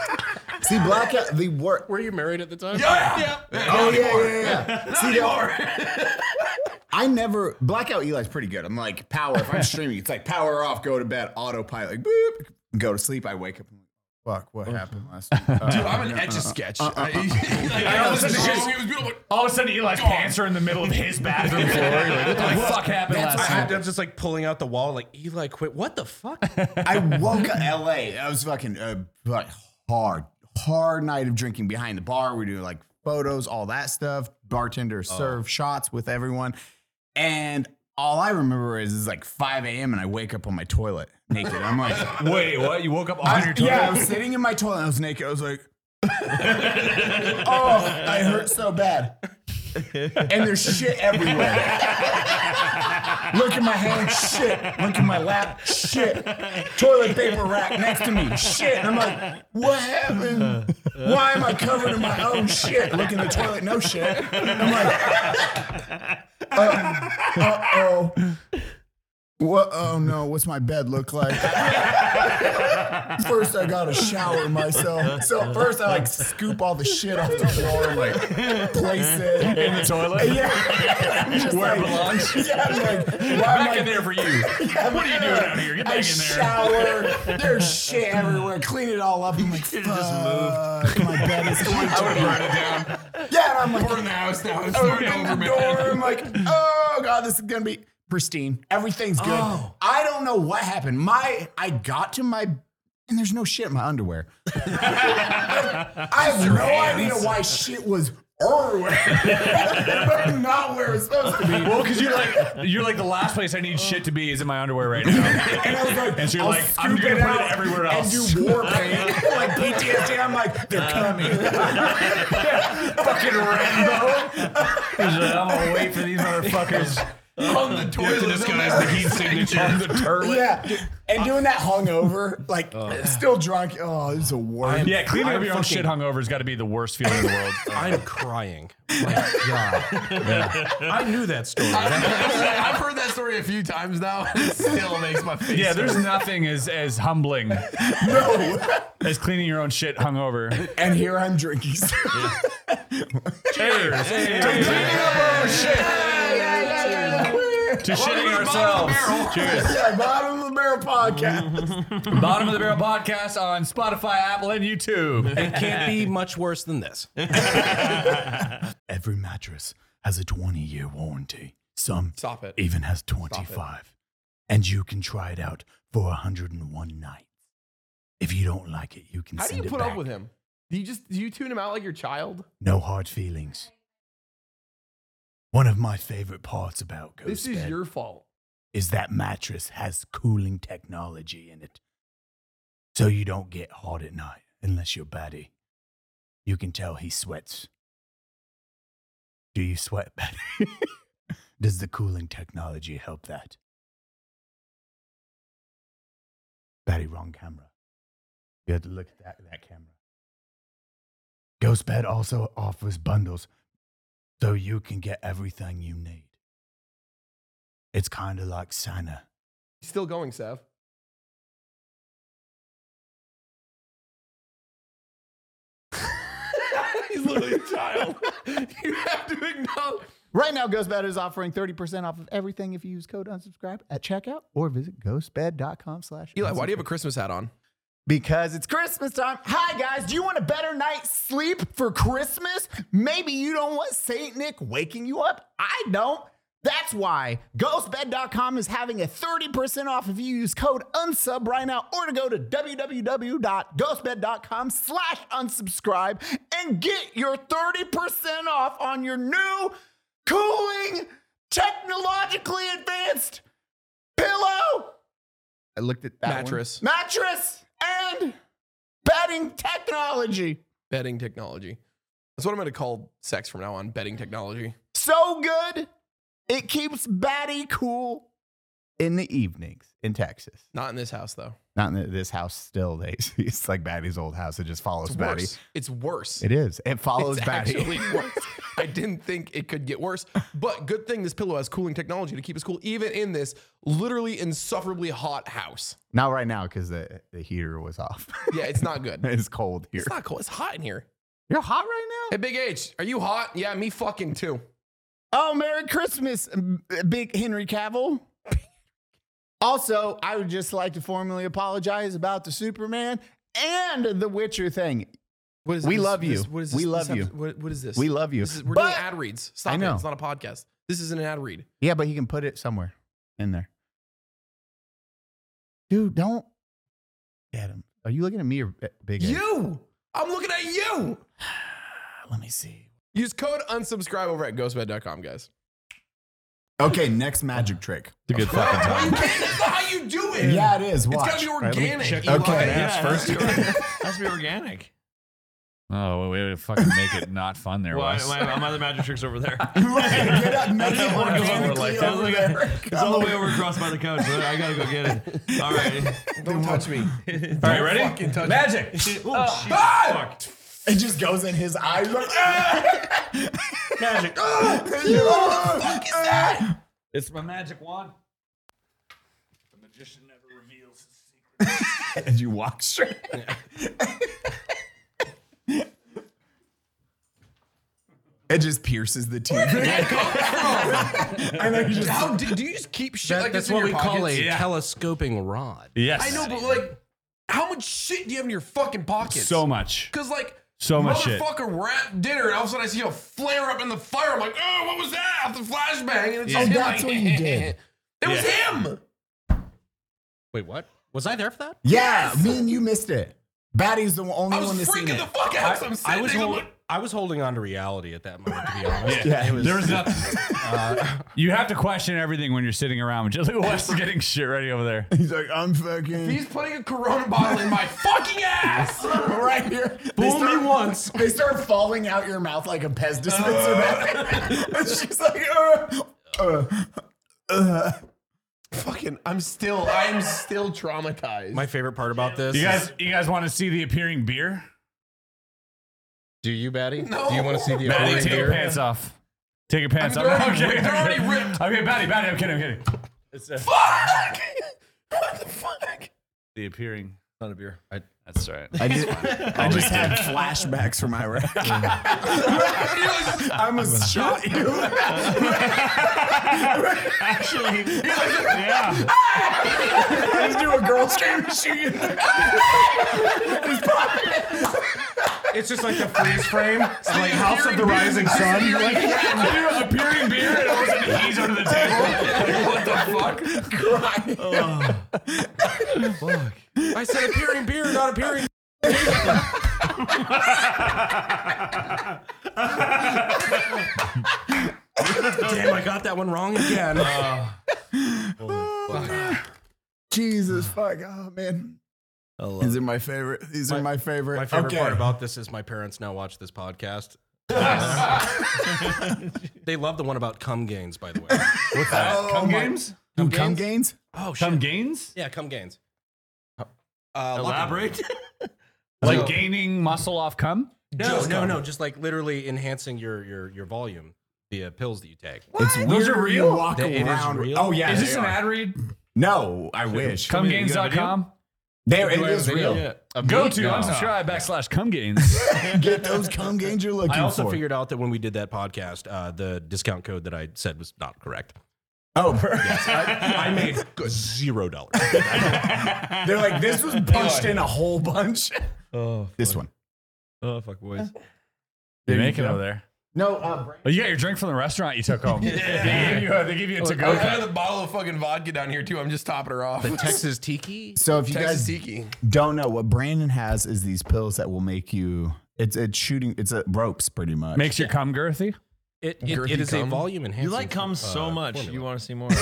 See, blackout. The work.
Were you married at the time?
Yeah.
Oh
Not
yeah,
anymore.
yeah, yeah.
Not
See, the-
anymore.
I never blackout. Eli's pretty good. I'm like power. If I'm streaming, it's like power off, go to bed, autopilot, boop, go to sleep. I wake up. I'm like, fuck, what happened last? Night?
Dude, I'm an etch a sketch.
uh, uh,
I
uh,
I
uh,
know this is
uh,
wrong, it was beautiful.
All of a sudden, Eli's pants are in the middle of his bathroom floor. You're Oh. like, what the fuck happened last
That's what
night?
happened. I'm just like pulling out the wall, like Eli quit. What the fuck?
I woke up LA. I was fucking uh, like hard, hard night of drinking behind the bar. We do like photos, all that stuff. Bartender serve shots with everyone, and all I remember is it's like 5 a.m. and I wake up on my toilet naked. I'm like,
Wait, what? You woke up on
I-
your toilet?
yeah, I was sitting in my toilet. and I was naked. I was like, oh, I hurt so bad. And there's shit everywhere. Look at my hand, shit. Look at my lap, shit. Toilet paper rack next to me, shit. And I'm like, what happened? Why am I covered in my own shit? Look in the toilet, no shit. I'm like, uh oh. What? Oh no! What's my bed look like? first, I gotta shower myself. So first, I like scoop all the shit off the floor and like place it
In the toilet?
Yeah, Just
Where it
like-
belongs?
Yeah, I'm like, why am
Back
I
in there for you. What are you doing out here? Get back
I
in there.
shower. There's shit everywhere. Clean it all up. I'm like, fuck. My bed is going to burn
it down.
Yeah, and I'm like,
Burn the house down. It's
open
starting over,
the
man.
door. I'm like, oh god, this is gonna be pristine. Everything's good.
Oh.
I don't know what happened. My, I got to my. And there's no shit in my underwear. I have no idea why shit was everywhere, but not where it's supposed to be.
Well, because you're like you're like the last place I need shit to be is in my underwear right now.
And I was like,
And so you're
I'll
like, I'm
scoop
gonna
it
put it
out
everywhere else. Uh,
And do war paint. like PTSD. I'm like, they're coming. Fucking Rambo.
He's like, I'm gonna wait for these motherfuckers
On the toilet.
to disguise the heat signature on the turlet. Yeah,
Yeah. And doing that hungover, like still drunk. Oh, it's a war.
cleaning up
I'm
your own
fucking-
shit hungover's got to be the worst feeling in the world.
I'm crying. My God. I knew that story.
I've heard that story a few times now, and it still makes my face.
Yeah, there's
hurt.
nothing as as humbling
No.
as cleaning your own shit hungover.
And here I'm drinking. Yeah.
Cheers! To shitting ourselves. Cheers.
bottom of the barrel podcast.
Bottom of the Barrel podcast on Spotify, Apple, and YouTube.
It can't be much worse than this.
Every mattress has a 20 year warranty. Some
Stop it.
even has 25. And you can try it out for 101 nights. If you don't like it, you can
How do
send
you
it
put
back.
up with him? Do you just do you tune him out like your child?
No hard feelings. One of my favorite parts about Ghost
This is
Bed
your fault.
is that mattress has cooling technology in it. So you don't get hot at night unless you're batty. You can tell he sweats. Do you sweat, Batty? Does the cooling technology help that? Batty, wrong camera. You had to look at that, that camera. Ghostbed also offers bundles so you can get everything you need. It's kind of like Santa.
He's still going, Sav. He's literally a child. you have to acknowledge.
Right now, GhostBed is offering 30% off of everything if you use code unsubscribe at checkout or visit ghostbed.com slash
Eli, why do you
unsubscribe.
have a Christmas hat on?
Because it's
Christmas time. Hi, guys. Do you want a better night's sleep for Christmas? Maybe you don't want St. Nick waking you up. I don't. That's why ghostbed.com is having a 30% off if you use code unsub right now or to go to www.ghostbed.com slash unsubscribe and get your 30% off on your new cooling, technologically advanced pillow,
I looked at that one.
Mattress.
mattress, and bedding technology.
Betting technology. That's what I'm going to call sex from now on. Betting technology.
So good, it keeps Batty cool.
in the evenings in Texas.
Not in this house though.
Not in this house. Still, they it's like Batty's old house. It just follows
It's
Batty.
worse. It's worse.
It is. It follows
It's
Batty.
actually worse. I didn't think it could get worse, but good thing this pillow has cooling technology to keep us cool, even in this literally insufferably hot house.
Not right now because the, the heater was off.
Yeah, it's not good.
it's cold here.
It's not cold. It's hot in here.
You're hot right
now. Hey, Big H, are you hot? Yeah, me fucking too.
Oh, Merry Christmas, m- big Henry Cavill. Also, I would just like to formally apologize about the Superman and the Witcher thing.
What
we love you. we love you.
What, what is this?
We love you.
This is- we're doing ad reads. Stop
I know.
it. It's not a podcast. This isn't an ad read.
yeah, but he can put it somewhere in there.
Dude, don't.
Adam, are you looking at me or B- Big Ed?
You! I'm looking at you!
Let me see.
Use code unsubscribe over at ghostbed.com, guys.
Okay, next magic trick. It's a good
fucking time. That's not how you do it.
Yeah, it is.
It's
Watch.
got to be
Right, let me
organic.
check
Eli.
the fucking
Yeah.
first.
Has to be organic.
Oh, well, way to fucking make it not fun there,
Well,
Wes.
my, my, my other magic trick's over there.
get up, make it
One goes over
organically
like that.
over
Look at- It's all the way over across by the couch. I gotta go get it. All right.
Don't touch me.
All
right, ready? Oh,
Magic.
Oh,
Ah! It just goes in his eyes. Like, ah!
Magic.
Ah!
What the
fuck is that?
It's my magic wand. The magician never reveals his
and you walk straight. it just pierces the TV.
I know you just-
How do, do you just keep shit
That-
like
that's
this in
what
your
we call a
pockets?
telescoping rod.
I know, but like, how much shit do you have in your fucking pockets?
So much.
Because like,
So much shit.
Motherfucker, we're at dinner, and all of a sudden I see a flare up in the fire. I'm like, oh, what was that? Off the flashbang, and it's
Yeah.
just him,
Oh, that's
like,
what you did.
It was him.
Wait, what? Was I there for that?
Yeah, me and you missed it. Batty's the only one that's seen it.
I, I was hol- I was holding on to reality at that moment, to be honest.
Yeah.
It was-
There was nothing. You have to question everything when you're sitting around. Just look at Wes is getting shit ready over there.
He's like, I'm fucking.
He's putting a Corona bottle in my fucking ass
right here.
Fool me
once. They start falling out your mouth like a Pez dispenser. back. She's like,
"Oh."
uh, uh, uh.
Fucking, I'm still, I'm still traumatized.
My favorite part about this.
You
is-
guys, you guys want to see the appearing beer?
do you, Batty?
No.
Do you want to see the
Batty,
appealing
take your
beer?
pants off. Take your pants
I
off.
mean, they're
No, I'm kidding,
already- they're
I'm
already
kidding.
ripped.
Okay, Batty, Batty, I'm kidding, I'm kidding. It's a,
Fuck! What the fuck?
The appearing. Not a beer. I, that's right.
I just, I just had flashbacks from Iraq. I almost shot you.
Actually, yeah. Let's do a girl scream machine.
It's just like the freeze frame, like House of the
beer.
Rising
I see
Sun.
you're
Like,
like-
I hear appearing beer and all of a sudden he's under the table.
Like, what the fuck?
Crying.
Fuck. I said appearing beer, not appearing.
Damn, I got that one wrong again.
Uh.
Jesus fuck. Oh man. These are my favorite. These are my favorite.
My favorite
Okay.
part about this is my parents now watch this podcast. they love the one about cum gains, by the way. What's
that? Oh, Cum my- games?
Dude, cum gains?
Oh,
Cum gains?
Yeah, cum gains.
Uh,
Uh,
Elaborate.
Like
like gaining muscle off cum?
No, no, no. Just like literally enhancing your your your volume via pills that you take.
It's What?
Those
weird
are
you
real.
walk
They- it is
around-
real?
Oh, yeah,
Is
they
this an
are.
ad read?
No, I wish.
Cumgains.com.
There, it is real.
Go to unsubscribe backslash cumgains.
Get those cum gains you're looking
I also
for.
figured out that when we did that podcast, uh, the discount code that I said was not correct.
Oh,
Yes, I, I made zero dollars.
They're like, this was punched in a whole bunch.
Oh,
this one.
Oh, fuck, boys.
You're making over there.
No, uh,
Oh, you got your drink from the restaurant you took home. They give you a, they give you a to-go
I got
cup.
another bottle of fucking vodka down here too. I'm just topping her off.
The Texas
Tiki.
So if you
Texas
guys
Tiki.
don't know what Brandon has is these pills that will make you it's it's shooting it's a ropes pretty much.
Makes your cum girthy.
It,
it- Girthy it is a cum? volume
You like
enhancing,
cum so
uh,
much,
formula.
you want to see more.
if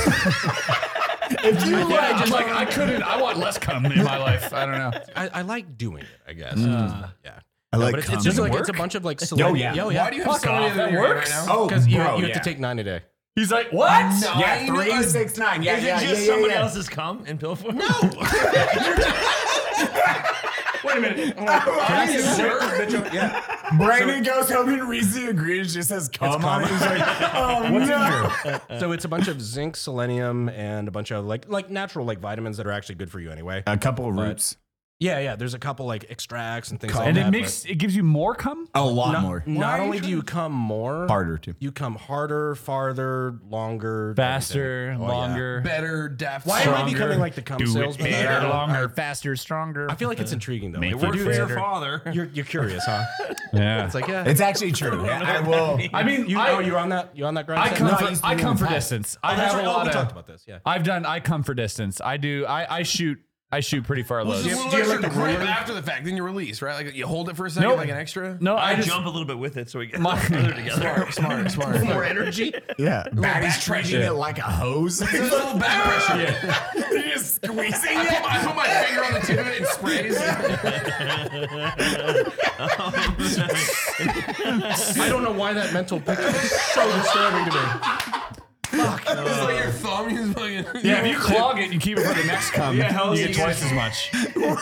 you
Yeah,
like,
I just
cum-
like I couldn't. I want less cum in my life.
I don't know.
I, I like doing it. I guess.
Mm.
yeah.
I
No,
like
Uh, but it's,
cum.
it's just
Does it
like it's a
work?
bunch of like
Oh,
selenium.
yeah.
Yo, yeah.
Why do you have
Fuck
so
off.
many of
That
them right
works.
now? Oh,
because you,
bro,
you have
yeah.
to take nine a day.
He's like, what?
Yeah, three, six, nine. Yeah,
Is
yeah,
it
yeah,
just
yeah,
somebody
yeah.
else's cum in pill form? No.
Wait a minute.
Are you
sure?
Yeah. Brandon goes home and reads the ingredients. Just says cum on it. He's like, oh
What's
no.
in here? so it's a bunch of zinc, selenium, and a bunch of like like natural like vitamins that are actually good for you anyway.
A couple of
But-
roots.
yeah, yeah. There's a couple like extracts and things. like
And
that,
it
but-
makes it gives you more cum.
Oh,
A lot
not,
more.
Not only do you come more
Harder, too.
You come harder, farther, longer,
Faster,
everything. Oh, yeah.
longer.
Better daft.
Why am I becoming like the cum
Do it
salesman?
bigger,
I don't know.
longer, faster, stronger.
I feel like it's intriguing though.
Make
Like, we're
it
doing
better.
it. You're, you're curious, huh?
Yeah.
It's like yeah.
It's actually true. Yeah, I will.
I mean,
you,
I-
oh, you're on that. You're on that grind.
I
set?
come,
No,
for,
used to
I
do it
come
in
for
the past.
distance.
Oh,
I
that's
have
right.
a
Oh,
lot
we
of.
talked about this. Yeah.
I've done. I come for distance. I do. I, I shoot. I shoot pretty far
Well,
lows.
it's just a
Do you
little
like
extra
the
grip
ruler?
after the fact, then you release, right? Like you hold it for a second,
Nope.
like an extra.
No, I,
I
just,
jump a little bit with it so we get
My-
closer together.
Smart, smart, smart.
More energy.
Yeah. Batty's treating
Yeah.
it like a hose.
It's a little back pressure.
You're just squeezing
I, put,
it.
I put my finger on the tip of it and sprays.
I don't know why that mental picture is so disturbing to me.
it's like your thumb. You just fucking,
Yeah, if you clog it, and you keep it for the next cum.
Yeah, hell
you
yeah.
get twice as much.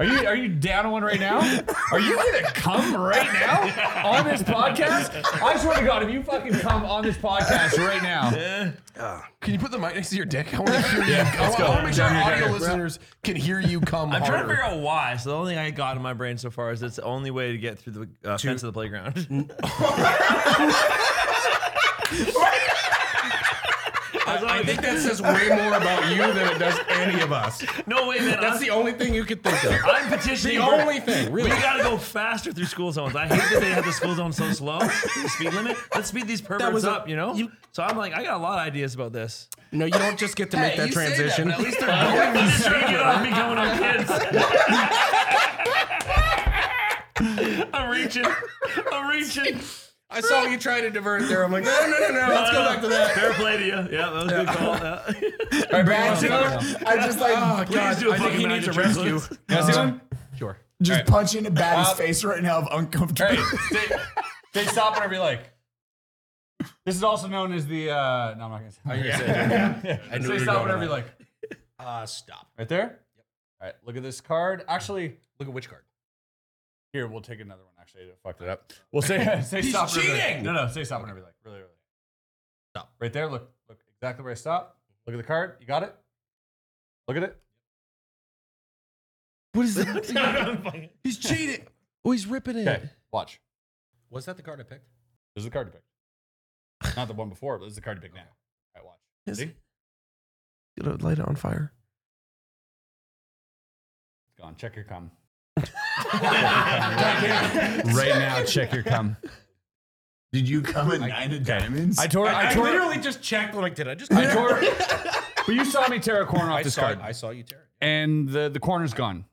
Are you are you down on one right now? Are you gonna cum right now on this podcast? I swear to God, if you fucking cum on this podcast right now,
Can you put the mic next to your dick? I want to hear you.
Yeah,
I
let's
want, I
go.
want to make sure
Down
our
here,
audio
down here.
listeners can hear you come
I'm trying to
harder.
figure out why. So the only thing I got in my brain so far is it's the only way to get through the uh, fence of the playground.
I, I think that says way more about you than it does any of us.
no way, man.
That's
I'm,
the only thing you could think of.
I'm petitioning.
The
for-
only thing, really.
We gotta go faster through school zones. I hate that they have the school zone so slow. The speed limit. Let's speed these perverts
was a-
up. You know. so I'm like, I got a lot of ideas about this.
No, you don't just get to make
Hey,
that
you say that,
transition.
but at least they're
I'm just trying to get off me going on kids. I'm reaching. I'm reaching.
I saw you trying to divert there. I'm like, no, no, no, no. Let's go back to that.
Fair play to you. Yeah, that was a good call. Yeah.
I just like
Please do a
I think
fucking
he
magic
needs a
trick,
rescue.
please.
you see one?
Sure.
just
Alright.
punching a Batty's
Uh,
face right now of uncomfortable.
Hey, they, they stop whenever you like. This is also known as the. Uh, no, I'm not gonna say. I'm gonna say it.
I knew
They
you were
stop
going
whenever you
there.
like.
Uh, stop.
Right there. Yep. All right. Look at this card. Actually, look at which card. Here, we'll take another one. Actually, I fucked it up. We'll say say stop. whenever you like.
cheating!
No, no. Say stop whenever you like. Really, really.
Stop.
Right there. Look. Look exactly where I stop. Look at the card. You got it. Look at it.
What is that? he's cheating. Oh, he's ripping it.
Okay. Watch.
Was that the card I picked?
This is the card you picked. Not the one before, but this is the card you picked now. All right, watch.
Is-
See?
Gonna light it on fire.
Gone. Check your cum. right now, check your cum.
Did you come in nine of diamonds?
I tore. I, tore.
just checked. Like, did I just?
I tore. but you saw me tear a corner off
I
this
saw.
card,
I saw you tear it.
and the the corner's gone.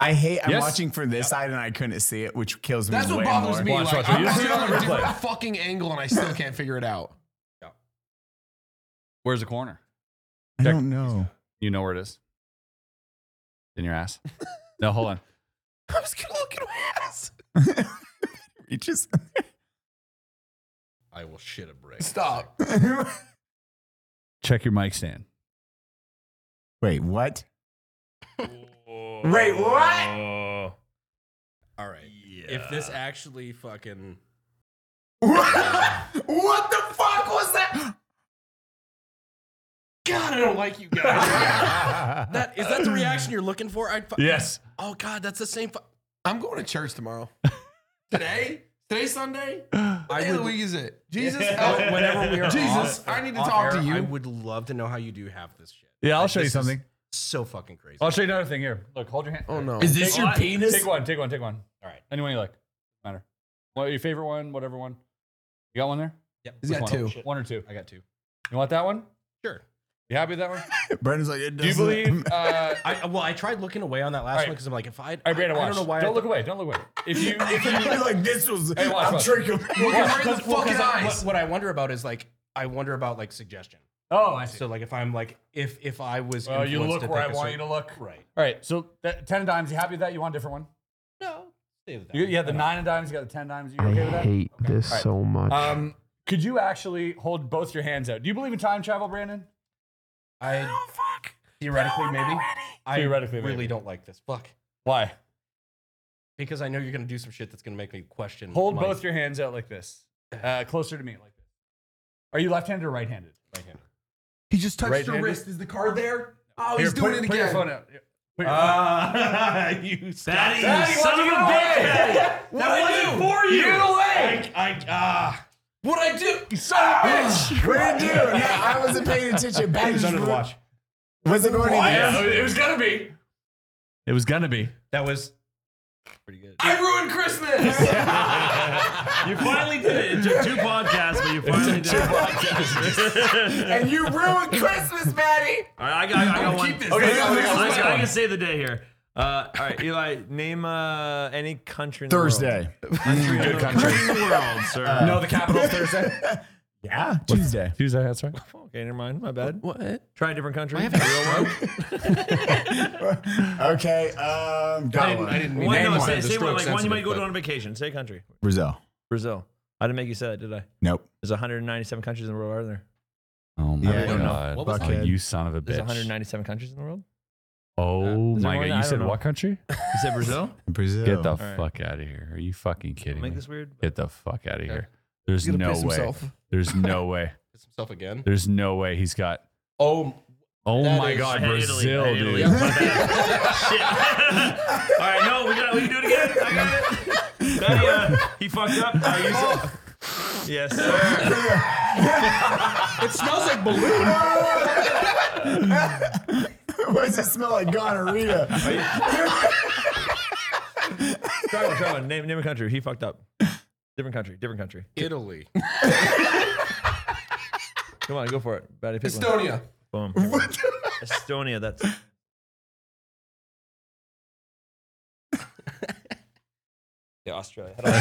I hate. I'm
Yes.
watching from this side and I couldn't see it, which kills me.
That's what
way
bothers
more.
me.
Watch,
like,
watch, watch.
I'm
You'll see it
looking
on
at
the
a different
replay.
fucking angle and I still can't figure it out.
Where's the corner?
I don't know.
You know where it is. In your ass. No, hold on.
I was gonna look at my ass.
Reaches.
I will shit a brick.
Stop.
Check your mic stand.
Wait, what? Wait, what?
All right. If this actually fucking
what the fuck was that?
God, I don't like you guys. that is that the reaction you're looking for? I'd. Fu-
Yes.
Oh God, that's the same. Fu-
I'm going to church tomorrow. Today? Today Sunday? What day
I
of the
would.
week is it? Jesus, oh,
Wh- Oh, Whenever we are
Jesus,
off-
I need to
off
talk to
air,
you.
I would love to know how you do half this shit.
Yeah, I'll
Like,
show you
this is
something.
So fucking crazy.
I'll show you another thing here. Look, hold your hand.
Oh no!
Is this
Take-
your penis?
Take one. Take one. Take one.
All right.
Anyone you like. Matter. What your favorite one? Whatever one. You got one there?
Yep.
Which
He's got
one?
two.
One or two? I got two. You want that one?
Sure.
You happy with that one?
Brandon's like, it
Do you believe? Uh,
I, well, I tried looking away on that last one because I'm like, if I,
I read a
I
watch.
don't know why.
Don't
I,
look away. Don't look away. If you, if you
You're like, this was-
Hey, watch,
I'm
watch.
drinking-
Watch.
Look at
Because-
the fucking
because I-
eyes. What, what I wonder about is like, I wonder about like suggestion.
Oh, I see.
So like, if I'm like, if if I was,
Well, you
influenced
look where
pick
I
a
want
certain-
you to look.
Right.
All right. So that, ten of dimes. You happy with that? You want a different one?
No.
You, you got the nine of dimes. You got the ten of dimes. You
I
okay with that?
hate
Okay.
this
All right.
so much.
Um, could you actually hold both your hands out? Do you believe in time travel, Brandon?
I theoretically maybe. I
Theoretically,
really
maybe.
don't like this. Fuck.
Why?
Because I know you're gonna do some shit that's gonna make me question.
Hold
my-
both your hands out like this, uh, closer to me, like this. Are you left-handed or right-handed? Right-handed.
He just touched your
Right-handed?
wrist. Is the card there? Oh,
Here,
he's doing
put-
it again.
put your phone out. Put your
Ah,
phone-
you
Daddy,
Daddy,
you son of a bitch!
What I do for you?
You're the way.
I, I, ah.
What I do? You son of a bitch!
What I do?
Yeah, I wasn't paying attention. Back
It's under the
room.
watch.
Was it going
Yeah.
Oh, It was gonna be.
It was gonna be.
That was.
I ruined Christmas.
You finally did it. It took two podcasts, but you finally did it.
And you ruined Christmas, Maddie.
All right, I got, I got one.
Keep this.
Okay,
This is-
I,
this is
I-
my
I
one.
can save the day here. Uh, all right, Eli, name uh, any country. In
Thursday.
The world. Country in the- country in the world, sir.
No, the
capital Thursday.
Yeah, Tuesday.
Tuesday, that's right.
Okay, never mind. My bad.
What?
Try a different country.
Okay. Um, got
I didn't,
one.
I didn't mean
Name
no,
one.
Say, say one, like one you
Sensitive,
might go to
but-
on vacation. Say a country.
Brazil.
Brazil. I didn't make you say that, did I?
Nope.
There's 197 countries in the world, are there?
Oh my
my Yeah, I don't know.
god!
God. What was
oh,
that?
you son of a
There's
bitch!
197 countries in the world.
Oh
Is there
my god!
more than-
You
I don't
said
know.
what country?
You said Brazil?
Brazil.
Get the
All right.
fuck out of here! Are you fucking kidding
Make
me?
this weird,
Get the fuck out of here!
He's
There's
gonna
no way.
piss himself.
There's no way.
Piss himself again.
There's no way he's got.
Oh.
Oh
that
my
is-
god!
I hate
Brazil,
Italy. I hate
dude.
Italy.
All right, no, we got we can do it again. I got it. Daddy, uh, he fucked up. Uh, you said-
Oh.
yes, sir.
it smells like balloon.
Why does it smell like gonorrhea?
Try one, try one. Name, name a country. He fucked up. Different country. Different country.
Italy.
Come on, go for it. Batty, pick one.
Estonia.
Boom. Estonia. That's. Yeah, Australia. I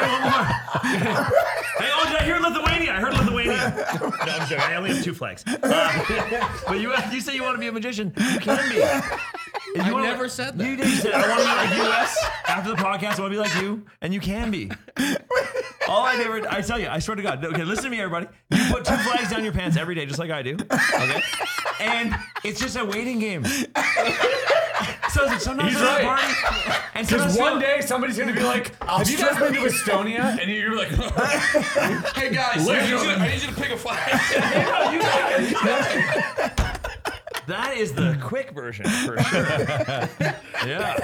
do one more. hey, oh, did I hear Lithuania? I heard Lithuania. No, I'm joking. I only have two flags. Uh, but you, you say you want to be a magician. You can be. You
I
wanna-
never said that.
You did say I want to be like U.S. After the podcast, I want to be like you, and you can be. All I never, I tell you, I swear to God. Okay, listen to me, everybody. You put two flags down your pants every day, just like I do. Okay, and it's just a waiting game. So it's- sometimes
He's
I'm at a
right.
party, and
Because
sometimes
one
you'll-
day somebody's gonna be like, "Have you guys been to Estonia?" And you're like,
Hey guys, I need, you to, I need you to pick a flag.
That is the quick version for sure. yeah.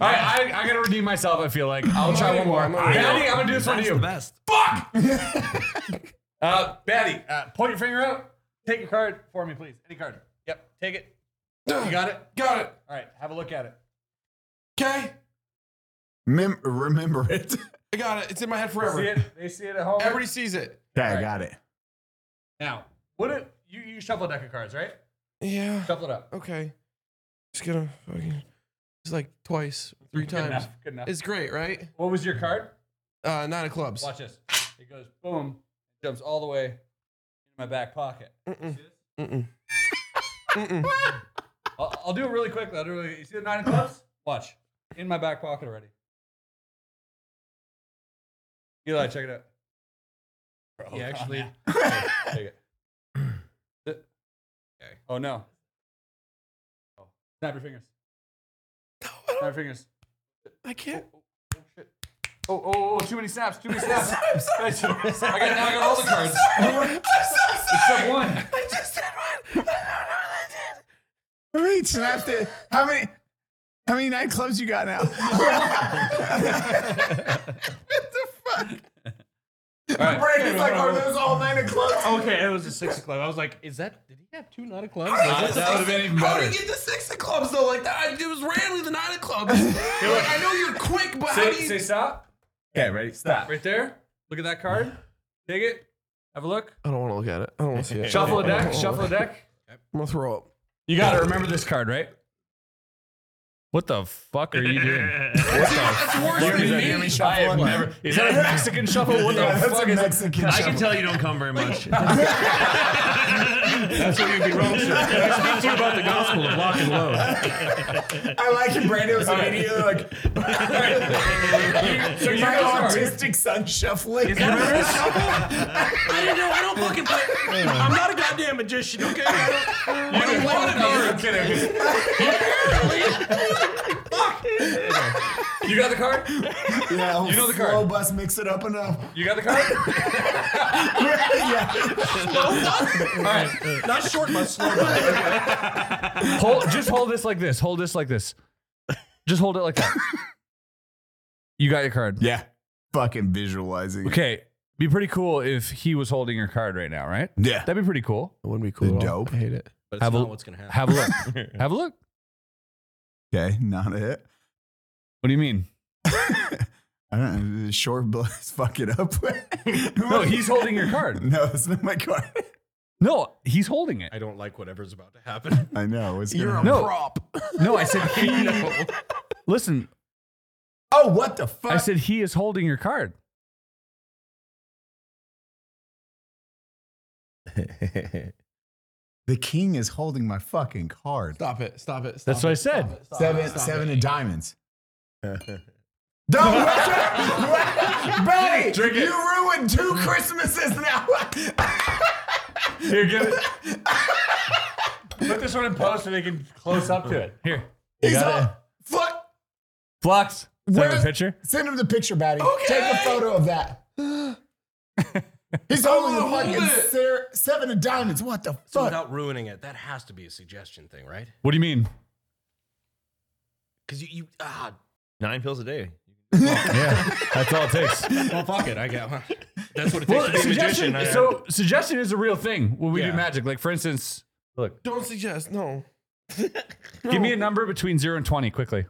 All right, I, I gotta redeem myself. I feel like I'll try one more.
I'm already-
Batty, I'm gonna do this one to
That's
you.
the best.
Uh, Batty, uh, point your finger out. Take a card for me, please. Any card. Yep. Take it. You got it.
Got it.
All right. Have a look at it.
Okay,
Mem- remember it.
I got it. It's in my head forever.
See it? They see it at home.
Everybody sees it.
Okay, I got it.
Now, what it? You you shuffle a deck of cards, right?
Yeah.
Shuffle it up.
Okay. Just gonna fucking. It's like twice, three
Good
times.
enough, good enough.
It's great, right?
What was your card?
Uh, nine of clubs.
Watch this. It goes boom. Jumps all the way into my back pocket.
Mm-mm. Mm-mm. Mm-mm.
I'll, I'll do it really quickly. I'll do it really, you see the nine of clubs? Watch. In my back pocket already. Eli, check it out.
He actually.
Take it. okay. Oh no. Oh. Snap your fingers. Snap your fingers.
I can't.
Oh, oh, oh, too many snaps, too many snaps. I got now I got all the cards. Except one.
How many snaps did? How many? How many nightclubs you got now? what the fuck?
right.
Brandon's like, are those all nine o'clock?
Okay, it was a six o'clock. I was like, is that? Did he have two nine o'clock?
How did you get the six- How did you get the six of clubs though? Like that, I, it was randomly the nine of clubs. like, I know you're quick, but how do you?
stop.
Okay, ready? Stop.
Right there. Look at that card. Take it. Have a look.
I don't want to look at it. I don't want to see it.
Shuffle a
I don't
deck.
wanna-
Shuffle a deck.
I'm gonna throw up.
You gotta remember this card, right? What the fuck are you doing? What
That's worse
You
than
mean-
me.
you mean shuffle? I have never- Is that a Mexican shuffle? What the
Yeah, that's
fuck
a
is that?
Mexican
I
shuffle.
can tell you don't come very much.
That's what you'd be wrong. Sir. Can I speak to you about the gospel of lock and load?
I like it. Brandon was immediately like,
So you
my
guys are-
autistic son shuffling.
I don't know. I don't fucking play. I'm not a goddamn magician, okay? I don't, I don't want to be.
I'm kidding. You got the card?
Yeah,
You know the
slow
card.
bus mix it up enough.
You got the card?
All right. Not short, but slow. hold, just hold this like this. Hold this like this. Just hold it like that. You got your card.
Yeah. Fucking visualizing.
Okay. Be pretty cool if he was holding your card right now, right?
Yeah.
That'd be pretty cool.
It wouldn't be cool. at all.
Dope.
I hate it.
But it's
Have a-
not what's gonna happen.
Have a look. Have a look.
Okay, not a hit.
What do you mean?
I don't know. Short blast fuck it up.
No, he's holding your card.
No, it's not my card.
No, he's holding it.
I don't like whatever's about to happen.
I know. It's
You're a
No.
prop.
No, I said he. Listen,
Oh, what the fuck?
I said he is holding your card.
the king is holding my fucking card.
Stop it. Stop it. Stop
That's what I said.
Stop
seven,
it, stop
seven
it.
of diamonds. Don't
Buddy, you ruined two Christmases now.
Here, give it. Put this one in post so they can close up to it.
Here.
He's on. Fuck.
Flux. Is that
Where-
a picture?
Send him the picture, Batty. Take a photo of that. He's holding the fucking ser- seven of diamonds. What the
So
fuck?
without ruining it, that has to be a suggestion thing, right?
What do you mean?
Because you, you ah,
Nine pills a day.
Yeah, that's all it takes.
well, fuck it, I got one. That's what it takes
Well,
to be a
suggestion.
magician. I-
So suggestion is a real thing when we
Yeah.
do magic. Like for instance, look,
Don't suggest. No.
give me a number between zero and twenty quickly.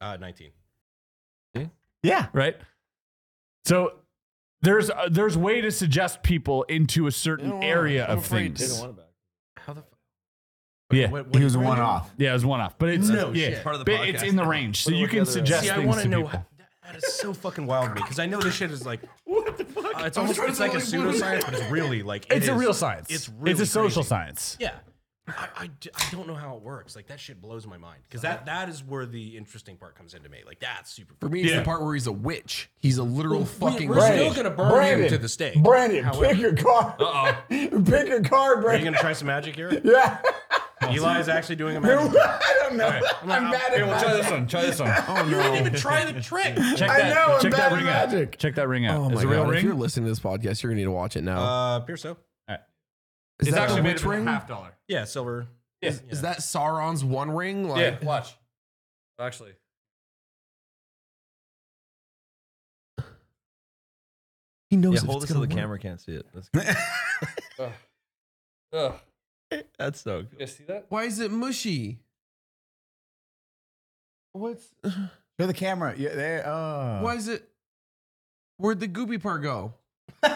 uh, nineteen.
Yeah.
Right. So there's uh, there's way to suggest people into a certain area of things.
How the? Fuck?
Yeah,
He was one off.
yeah, it was one off, but it's
No
yeah,
shit.
Part of the
but it's
podcast.
in the range, so you can suggest
See, I
things
want
to
to know.
people.
How, that is so fucking wild to me because I know this shit is like what the fuck. it's almost
trying
it's
to
like a
like, what is
pseudoscience, but it's really like it
It's a
is-
real science.
It's really
it's a social
crazy.
science.
Yeah. I, I d- I don't know how it works. Like that shit blows my mind because that that is where the interesting part comes into me. Like that's super.
For me, it's the part where he's a witch. He's a literal fucking
we're still
witch.
gonna burn him to the stake.
Brandon,
However-
pick your card. Uh oh. Pick your card,
Are you
Brandon.
gonna try some magic here?
Yeah.
Eli's actually doing a magic.
I don't know. I'm bad at
Try
magic.
this one. Try this one. Oh,
You didn't even try the trick.
Check
I
that.
know, I'm
check
bad
that
at
ring
magic.
out. Check that ring out.
Oh
Is
my
it a real
god! If
ring?
you're listening to this podcast, you're gonna need to watch it now.
Uh, appear so.
is that the
actually made
witch
of a
ring?
half dollar.
Yeah, silver.
Is, is that Sauron's one ring? Like,
Yeah, watch. Actually,
He knows.
Yeah,
if
hold it
it's
so the
gonna work.
camera can't see it. That's good.
Ugh.
That's so good.
you guys see that?
Why is it mushy? What's?
Show the camera. Yeah, there. Oh.
Why is it? Where'd the goopy part go? is,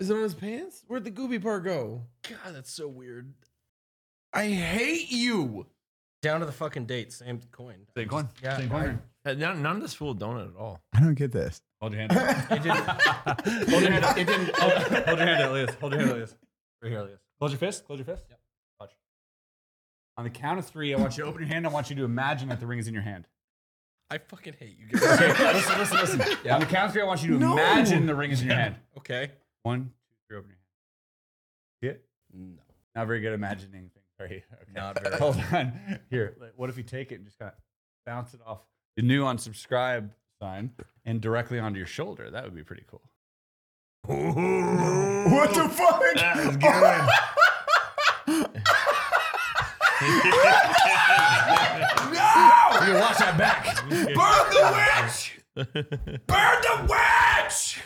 is it on his pants? Where'd the goopy part go?
God, that's so weird.
I hate you.
Down to the fucking date, same coin.
Same coin.
Yeah,
Same coin.
Uh, None, none of this fooled donut at all.
I don't get this.
Hold your hand. up.
It didn't. hold your hand. It didn't. Hold, hold your hand, Elias. Hold your hand, Elias. Right here, Elias. Close your fist. Close your fist. Yep. Watch. On the count of three, I want you to open your hand. I want you to imagine that the ring is in your hand.
I fucking hate you guys.
Okay, listen, listen, listen. On the count of three, I want you to imagine the ring is in your hand.
okay.
One, two, three, open your hand. See it? No. Not very good at imagining things, are you? Okay. Not very Hold on. Here, like, what if you take it and just kind of bounce it off the new unsubscribe sign and directly onto your shoulder? That would be pretty cool.
What the fuck?
You watch that back.
Burn the witch!
Burn the witch!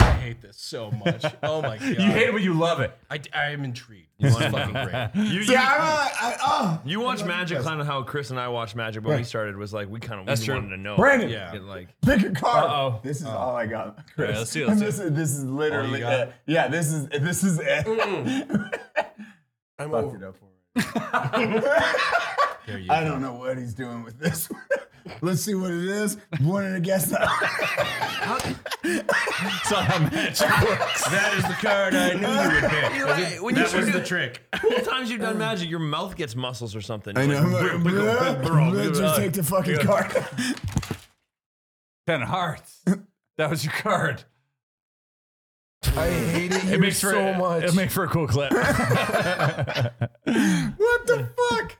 I hate this so much. Oh my god.
You hate it, but you love it.
I, I am intrigued.
You
This
want
is
it.
fucking great.
You-
See,
you-
I'm
uh,
not- I- oh.
You watch Magic kind of how Chris and I watched Magic when we
Right.
started was like we kind of
That's
we
true.
wanted to know.
Brandon!
yeah. like
Pick a card.
Uh-oh.
This is all I got. Chris.
Yeah, let's see, let's
this,
see.
Is, this is literally
got? Mm.
it. Yeah, this is this is it. I'm over. It up for
it.
Oh. I don't know what he's doing with this one. Let's see what it is. Wanted to guess that.
That's not how magic works. That is the card I knew you would pick.
You're right. When you
that was
should
the
do-
trick.
Both times you've done magic, your mouth gets muscles or something.
I
You're
know.
like,
I'm
"Bro, bro,
like,
bro, bro,
"Bro,
bro."
just take the fucking card.
Ten of hearts. That was your card.
I hate it,
It makes for so much. It makes for a cool clip.
what the fuck?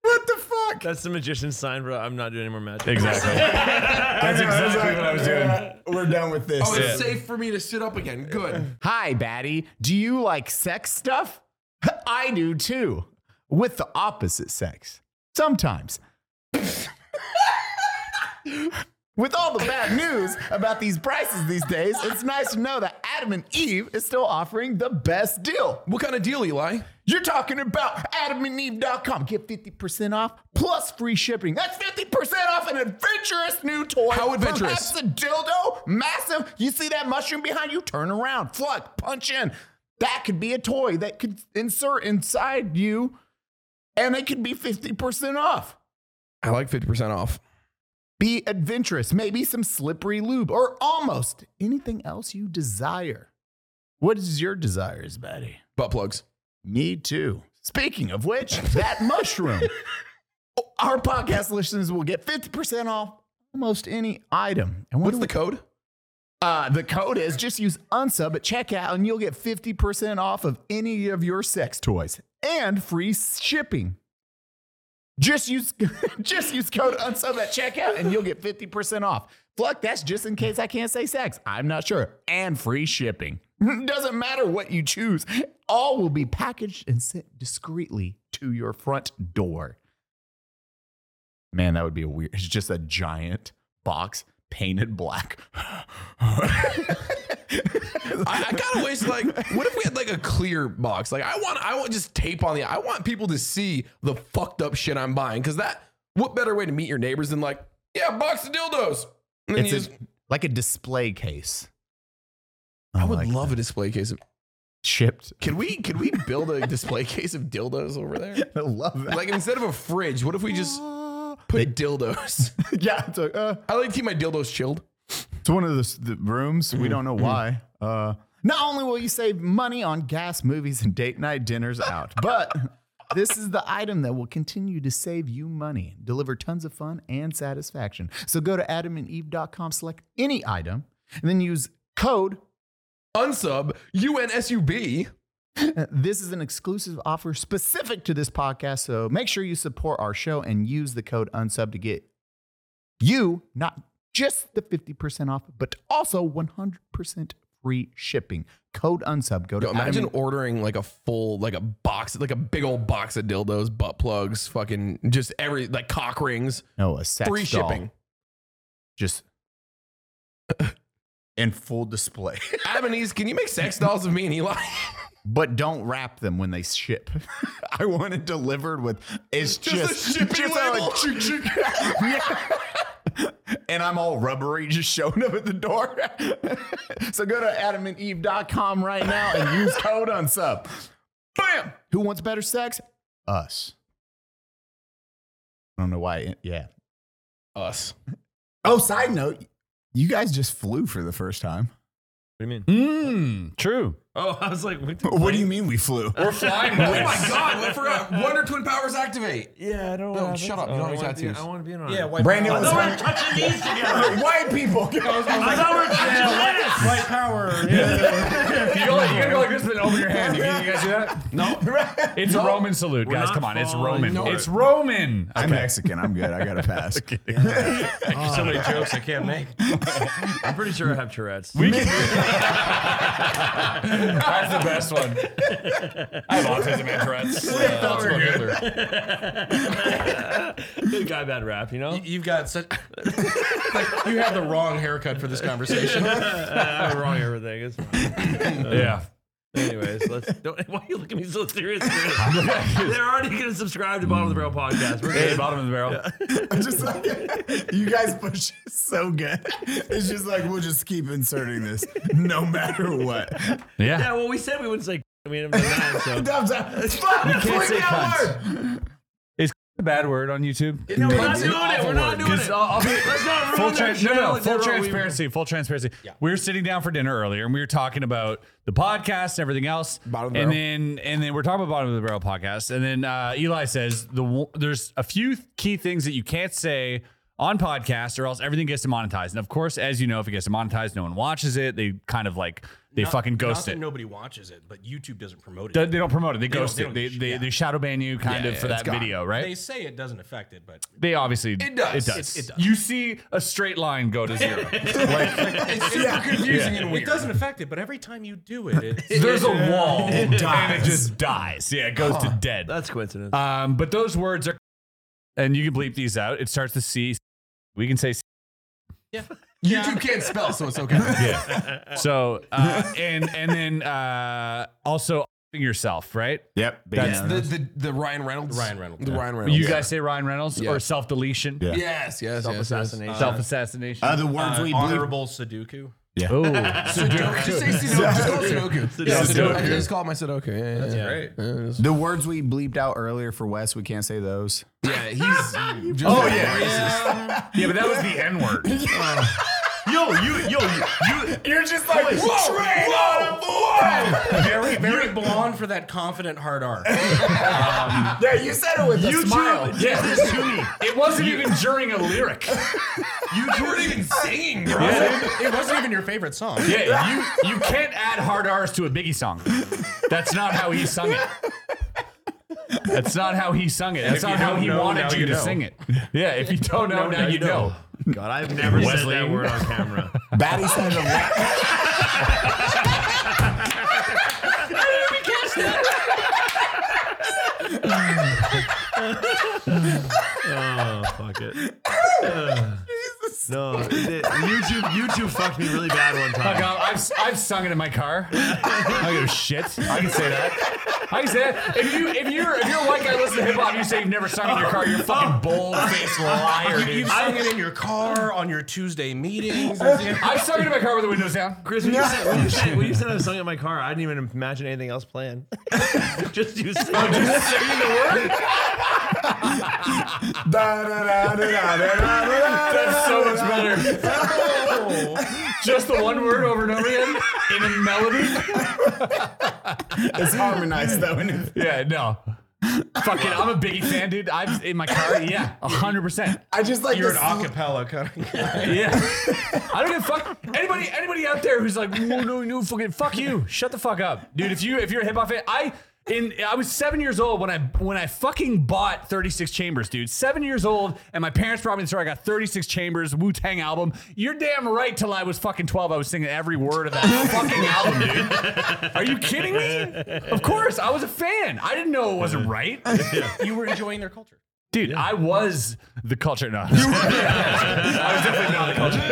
What the fuck?
That's the magician's sign, bro. I'm not doing any more magic.
Exactly.
That's
exactly what I was doing.
We're done with this.
Oh, it's
Yeah.
safe for me to sit up again. Good.
Hi, Batty. Do you like sex stuff? I do too. With the opposite sex. Sometimes. With all the bad news about these prices these days, it's nice to know that Adam and Eve is still offering the best deal.
What kind of deal, Eli?
You're talking about adamandeve.com. Get 50% off plus free shipping. That's 50% off an adventurous new toy.
How
from
adventurous?
That's a dildo, massive. You see that mushroom behind you? Turn around, fuck, punch in. That could be a toy that could insert inside you and it could be 50% off.
I like 50% off.
Be adventurous, maybe some slippery lube or almost anything else you desire. What is your desires, buddy?
Butt plugs.
Me too. Speaking of which, that mushroom. Our podcast listeners will get 50% off almost any item. And
What's the code?
Uh, the code is just use unsub at checkout and you'll get 50% off of any of your sex toys and free shipping. Just use just use code unsub at checkout and you'll get 50% off. Fuck, that's just in case I can't say sex. I'm not sure. And free shipping. Doesn't matter what you choose. All will be packaged and sent discreetly to your front door. Man, that would be a weird. It's just a giant box painted black.
I, I kind of wish, like, what if we had like a clear box? Like, I want, I want just tape on the. I want people to see the fucked up shit I'm buying because that. What better way to meet your neighbors than like, yeah, box of dildos. And then
It's
you
a,
just-
like a display case
I would love a display case of.
shipped.
Can we can we build a display case of dildos over there?
I love that. Uh,
Like instead of a fridge, what if we just put dildos?
yeah, it's like, uh,
I like to keep my dildos chilled.
It's one of the, s- the rooms. We don't know why. Uh, not only will you save money on gas, movies, and date night dinners out, but this is the item that will continue to save you money, deliver tons of fun and satisfaction. So go to adamandeve.com, select any item, and then use code.
Unsub U N S U B.
This is an exclusive offer specific to this podcast. So make sure you support our show and use the code unsub to get you not just the 50% off, but also 100% free shipping. Code unsub. Go to
Yo, imagine
adamand-
ordering like a full, like a box, like a big old box of dildos, butt plugs, fucking just every like cock rings,
no, a sex
free
doll.
shipping.
Just in full display.
Abenese, can you make sex dolls of me and Eli?
but don't wrap them when they ship. I want it delivered with it's
Just a
just,
shipping
just
label.
chick, chick. Yeah. And I'm all rubbery, just showing up at the door. so go to adamandeve.com right now and use code unsub. Bam! Who wants better sex? Us. I don't know why. it- Yeah.
Us.
Oh, side note, you guys just flew for the first time.
do you mean?
Hmm.
Mmm. True.
Oh, I was like, what the
What do you mean we flew?
We're flying.
oh my god, I forgot. Wonder Twin Powers activate.
Yeah, I don't
No, shut up. You
Oh,
don't have any tattoos.
I want to be an
Yeah,
artist.
why
Brandon was
power.
hung-
touching these together.
white people.
I thought we were- yeah, white- white power. Yeah.
You go like, you gotta go like this and then open your hand. You, you guys do that? No. It's a Roman salute,
We're
guys.
not
Come on, it's
falling
Roman.
for
It's
it.
Roman.
I'm
Mexican. I'm good. I got to pass.
so many jokes I can't make.
I'm pretty sure I have Tourette's.
That's the best one. I have autism and Tourette's.
uh,
That's
we're
one
good.
Hitler.
Good guy, bad rap. You know.
You've got such. like, you have the wrong haircut for this conversation.
Uh, I'm wrong. Everything It's fine.
Yeah.
Anyways, let's don't. Why are you looking at me so serious? They're already going to subscribe to Bottom of the Barrel podcast. We're good.
Bottom of the Barrel.
I'm just like, you guys push it so good. It's just like we'll just keep inserting this, no matter what.
Yeah.
Yeah. Well, we said we wouldn't say. I mean, I'm not so.
Dubs up. Fuck,
You
it's
can't
freaking
say
out
cunts. Is a bad word on YouTube?
No, we're not doing it. We're not doing it.
I'll- I'll be-
Let's not
full
ruin their
tran- no, no,
channel
no,
and
full
their-
transparency, full transparency. We were sitting down for dinner earlier, and we were talking about the podcast and everything else. Bottom
of the
and
barrel.
then and then we're talking about bottom of the barrel podcast, and then uh, Eli says the w- there's a few key things that you can't say on podcast, or else everything gets demonetized. And of course, as you know, if it gets demonetized, no one watches it. They kind of like they
Not-
fucking
not
ghost
that
it.
Nobody watches it, but YouTube doesn't promote it.
They they don't promote it. They,
They don't-
ghost
they
it.
don't
They,
give a
they,
shit.
they shadow ban you kind
Yeah,
of
yeah,
for
it's
that
gone.
video, right?
They say it doesn't affect it, but
They obviously
It does.
It does.
It- it does.
You see a straight line go to zero.
it's
yeah. confusing and weird.
It doesn't affect it, but every time you do it, it,
There's a
it-
wall,
It
and it
dies.
just dies. Yeah, it goes
Huh.
to dead.
That's coincidence.
Um, but those words are, and you can bleep these out. It starts to C. We can say. C.
YouTube can't spell, so it's okay.
Yeah. So uh, and and then uh, also yourself, right?
Yep.
That's
the, the the Ryan Reynolds.
Ryan Reynolds,
The
yeah.
Ryan Reynolds.
You guys say Ryan Reynolds
Yeah.
or self deletion?
Yeah.
Yes, yes, yes.
Self-assassination.
yes.
Self assassination.
Uh, the words
Uh,
we bleep.
honorable Sudoku.
Yeah.
oh,
Sudoku. Just say Sudoku. Just call it Sudoku. Yeah,
Sudoku.
Sudoku. I just call it my Sudoku. Yeah, yeah, That's great.
The words we bleeped out earlier for Wes, we can't say those.
Yeah, he's. just-
Oh, yeah.
yeah, but that was the N word.
Yo, you, yo, you, you
You're just like, whoa,
Very, very blonde for that confident hard R.
Yeah, you said it with a smile.
Yes, it's to me. It wasn't even during a lyric.
You weren't even singing, bro. It wasn't even your favorite song.
Yeah, you you can't add hard R's to a Biggie song. That's not how he sung it. That's not how he sung it. That's
if you
not how
don't
he
know,
wanted
now
you,
you
to
know.
sing it. Yeah, if you don't know, now, you know.
God, I've never said that word on camera.
Batty said a lot.
Oh fuck it. no, it- YouTube YouTube fucked me really bad one
Fuck,
time.
I've, I've, I've sung it in my car. I don't give a shit. I can say that. I can say that. If you if you're if you're a white guy listening to hip hop, and you say you've never sung in your car. You're a fucking bold faced liar,
You,
dude.
have sung it in your car on your Tuesday meetings. It's-
I've sung it in my car with the windows down.
Chris, when, you said, when, you said, when you said I was singing in my car, I didn't even imagine anything else playing. Oh, just you singing.
Singing the word. That's so much better. Just the one word over and over again in a melody.
It's harmonized though. And it-
Yeah, no. Fuck it, I'm a Biggie fan, dude. I'm in my car. Yeah, hundred percent.
I just like
You're an
this-
acapella kind of guy.
Yeah. I don't give a fuck. Anybody, anybody out there who's like, no, no, no, fucking, fuck you. Shut the fuck up, dude. If you, if you're a hip hop fan, I. In, I was seven years old when I when I fucking bought 36 Chambers, dude. Seven years old, and my parents brought me to the store. I got 36 Chambers Wu Tang album. You're damn right. Till I was fucking 12, I was singing every word of that fucking album, dude. Are you kidding me? Of course, I was a fan. I didn't know it wasn't right,
You were enjoying their culture.
dude. I was the culture. No, I was definitely not the culture.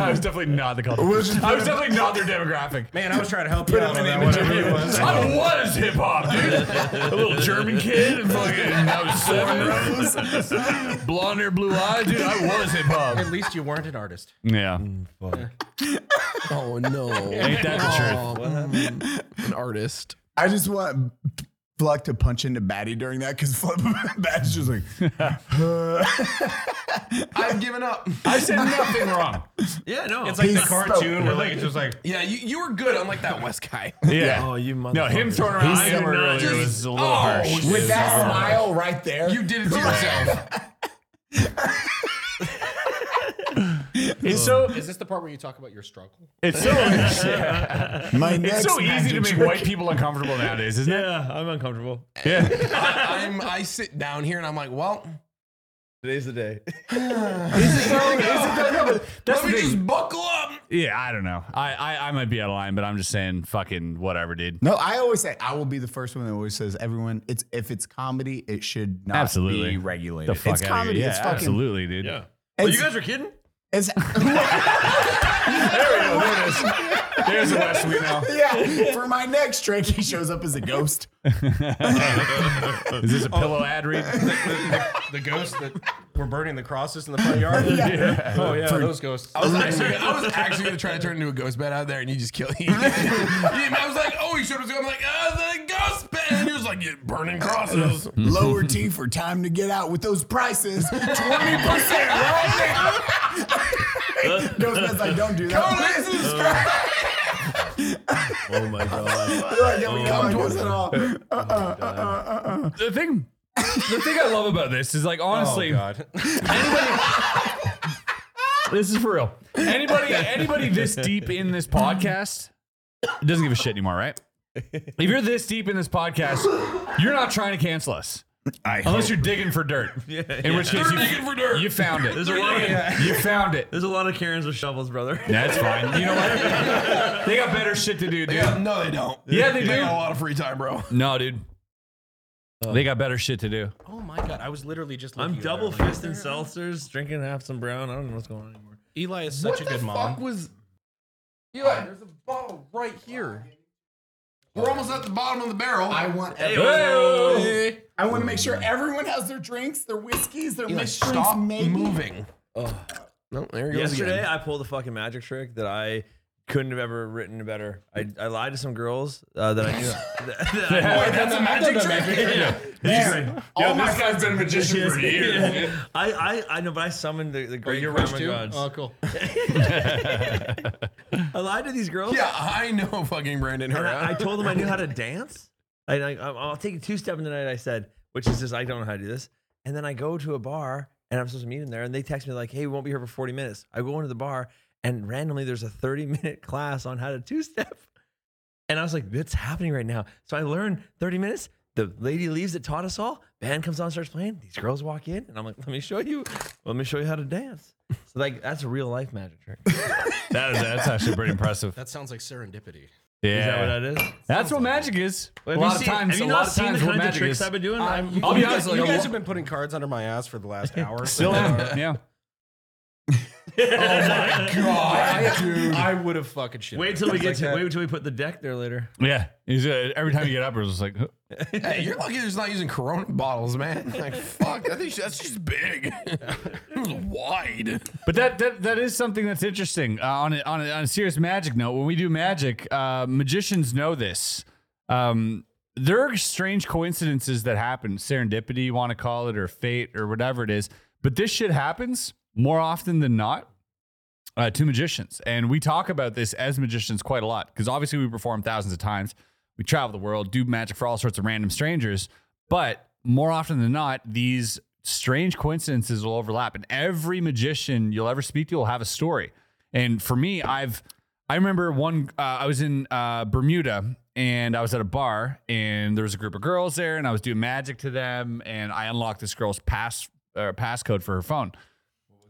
I was definitely not the culture. I was definitely not their demographic.
Man, I was trying to help you out on that one. I really was.
I was hip hop, dude. A little German kid and fucking I was seven. Blonde hair, blue eyes, dude. I was hip hop.
At least you weren't an artist.
Yeah.
Oh no. Oh, mm.
Ain't that the truth?
An artist.
I just want Fluck to punch into Batty during that because Batty's just like,
I've given up.
I said nothing wrong.
yeah, no.
It's like the
He's so-
cartoon where like it's just like
Yeah, you, you were good. unlike that West guy.
Yeah.
oh, you motherfucker.
No, him throwing around
He's
I
so
earlier
nice.
was a little
Oh,
harsh.
shit.
with that smile right there.
You did it to yourself.
It's so
Is this the part where you talk about your struggle?
It's so
My
it's so
next
easy to
magic
make
trick.
white people uncomfortable nowadays, isn't it?
Yeah, I'm uncomfortable.
Yeah.
I, am I sit down here and I'm like, well,
today's the day.
let me just buckle up.
Oh,
Yeah, I don't know. I, I I might be out of line, but I'm just saying, fucking whatever, dude.
No, I always say I will be the first one that always says everyone. It's if it's comedy, it should not
absolutely
be regulated.
The fuck outta
it's
here.
comedy.
Yeah,
it's fucking
absolutely, dude. Yeah.
It's,
you guys are kidding?
it's,
There we go. There it is. There's the West we know.
yeah. For my next trick, he shows up as a ghost.
Is this a pillow ad read?
The ghosts that were burning the crosses in the front yard.
Yeah.
Oh yeah, those ghosts.
I was actually, I was actually gonna try to turn into a ghost bed out there, and you just kill him. I was like, oh, he showed up. I'm like, oh, the ghost bed. And he was like, you burning crosses.
Lower T for time to get out with those prices. Twenty percent right there. Ghost beds, I don't do that.
This is straight.
Oh my god.
They're like, yeah, we come to us at all.
The thing, the thing I love about this is
Oh,
like honestly,
oh, God.
this is for real. Anybody, anybody this deep in this podcast doesn't give a shit anymore, right? If you're this deep in this podcast, you're not trying to cancel us. Unless you're digging for dirt, in which case you,
digging for dirt.
you found it.
There's a lot of
You found it.
there's a lot of Karens with shovels, brother.
That's fine. You know what? They got better shit to do, dude.
Yeah, no, they don't.
Yeah, they do.
got a lot of free time, bro.
No, dude. They got better shit to do.
Oh my god, I was literally just. looking
I'm
at
double
her, like,
fisting seltzers, drinking half some brown. I don't know what's going on anymore.
Eli is such a good mom.
was? Eli, there's a bottle right here. We're almost at the bottom of the barrel.
I want.
Hey-o.
I want to make sure everyone has their drinks, their whiskeys, their
Eli,
mixed drinks.
stop
Maybe.
moving. No, there he goes
Yesterday,
again.
I pulled a fucking magic trick that I couldn't have ever written better. I, I lied to some girls uh, that I knew. that- that I-
That's a magic trick.
Yo, this guy's been a magician for years.
I, I, I know, but I summoned the, the great
You're rich
Karma
too.
gods.
Oh, cool.
I lied to these girls.
Yeah, I know fucking Brandon.
And I, I
Her.
told them I knew how to dance. I, I, I'll take a two step in the night, I said, which is just, I don't know how to do this. And then I go to a bar and I'm supposed to meet them there. And they text me, like, hey, we won't be here for 40 minutes. I go into the bar and randomly there's a 30 minute class on how to two step. And I was like, that's happening right now. So I learned 30 minutes. The lady leaves that taught us all. Band comes on, starts playing. These girls walk in, and I'm like, "Let me show you. Let me show you how to dance." So like, that's a real life magic trick. Is
That is, that's actually pretty impressive.
That sounds like serendipity.
Yeah.
that what that is?
That's what magic is. A lot of times,
Have you
a
not
lot of
seen
times,
the
what
kinds
magic
of tricks
is.
I've been doing?
I'm-
I'll be
you
honest,
guys-
like,
you
a
guys
lo-
have been putting cards under my ass for the last hour.
Still am. Yeah.
I would have fucking shit.
Wait till we get to. Wait till we put the deck there later.
Yeah. He's, uh, every time you get up, it's just like, huh.
Hey, you're lucky there's not using Corona bottles, man. Like, fuck, that thing, that's just big. it was wide.
but that, that that is something that's interesting. Uh, on, a, on, a, on a serious magic note, when we do magic, uh, magicians know this. Um, there are strange coincidences that happen, serendipity, you want to call it, or fate, or whatever it is. But this shit happens more often than not. uh, to magicians. And we talk about this as magicians quite a lot because obviously we perform thousands of times. We travel the world, do magic for all sorts of random strangers. But more often than not, these strange coincidences will overlap. And every magician you'll ever speak to will have a story. And for me, I've, I remember one, uh, I was in uh, Bermuda and I was at a bar and there was a group of girls there and I was doing magic to them. And I unlocked this girl's pass, uh, passcode for her phone.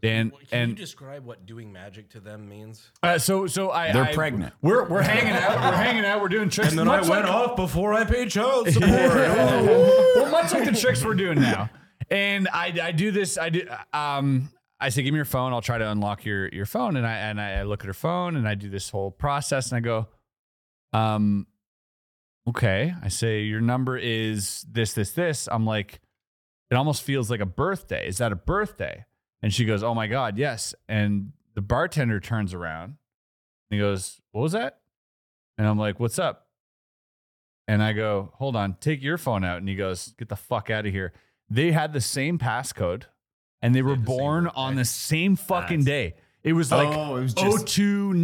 And,
Can
and
you describe what doing magic to them means?
uh, so so I
They're
I-
pregnant.
We're we're hanging out. We're hanging out. We're doing tricks. And then I went off before I paid child
Oh.
support. well, much like the tricks we're doing now. And I I do this. I do. Um, I say, give me your phone. I'll try to unlock your your phone. And I and I look at her phone and I do this whole process. And I go, um, okay. I say your number is this this this. I'm like, it almost feels like a birthday. Is that a birthday? And she goes, oh my god, yes. And the bartender turns around and he goes, What was that? And I'm like, What's up? And I go, Hold on, take your phone out. And he goes, Get the fuck out of here. They had the same passcode and they were born on the same fucking day. It was like
Oh, it was just-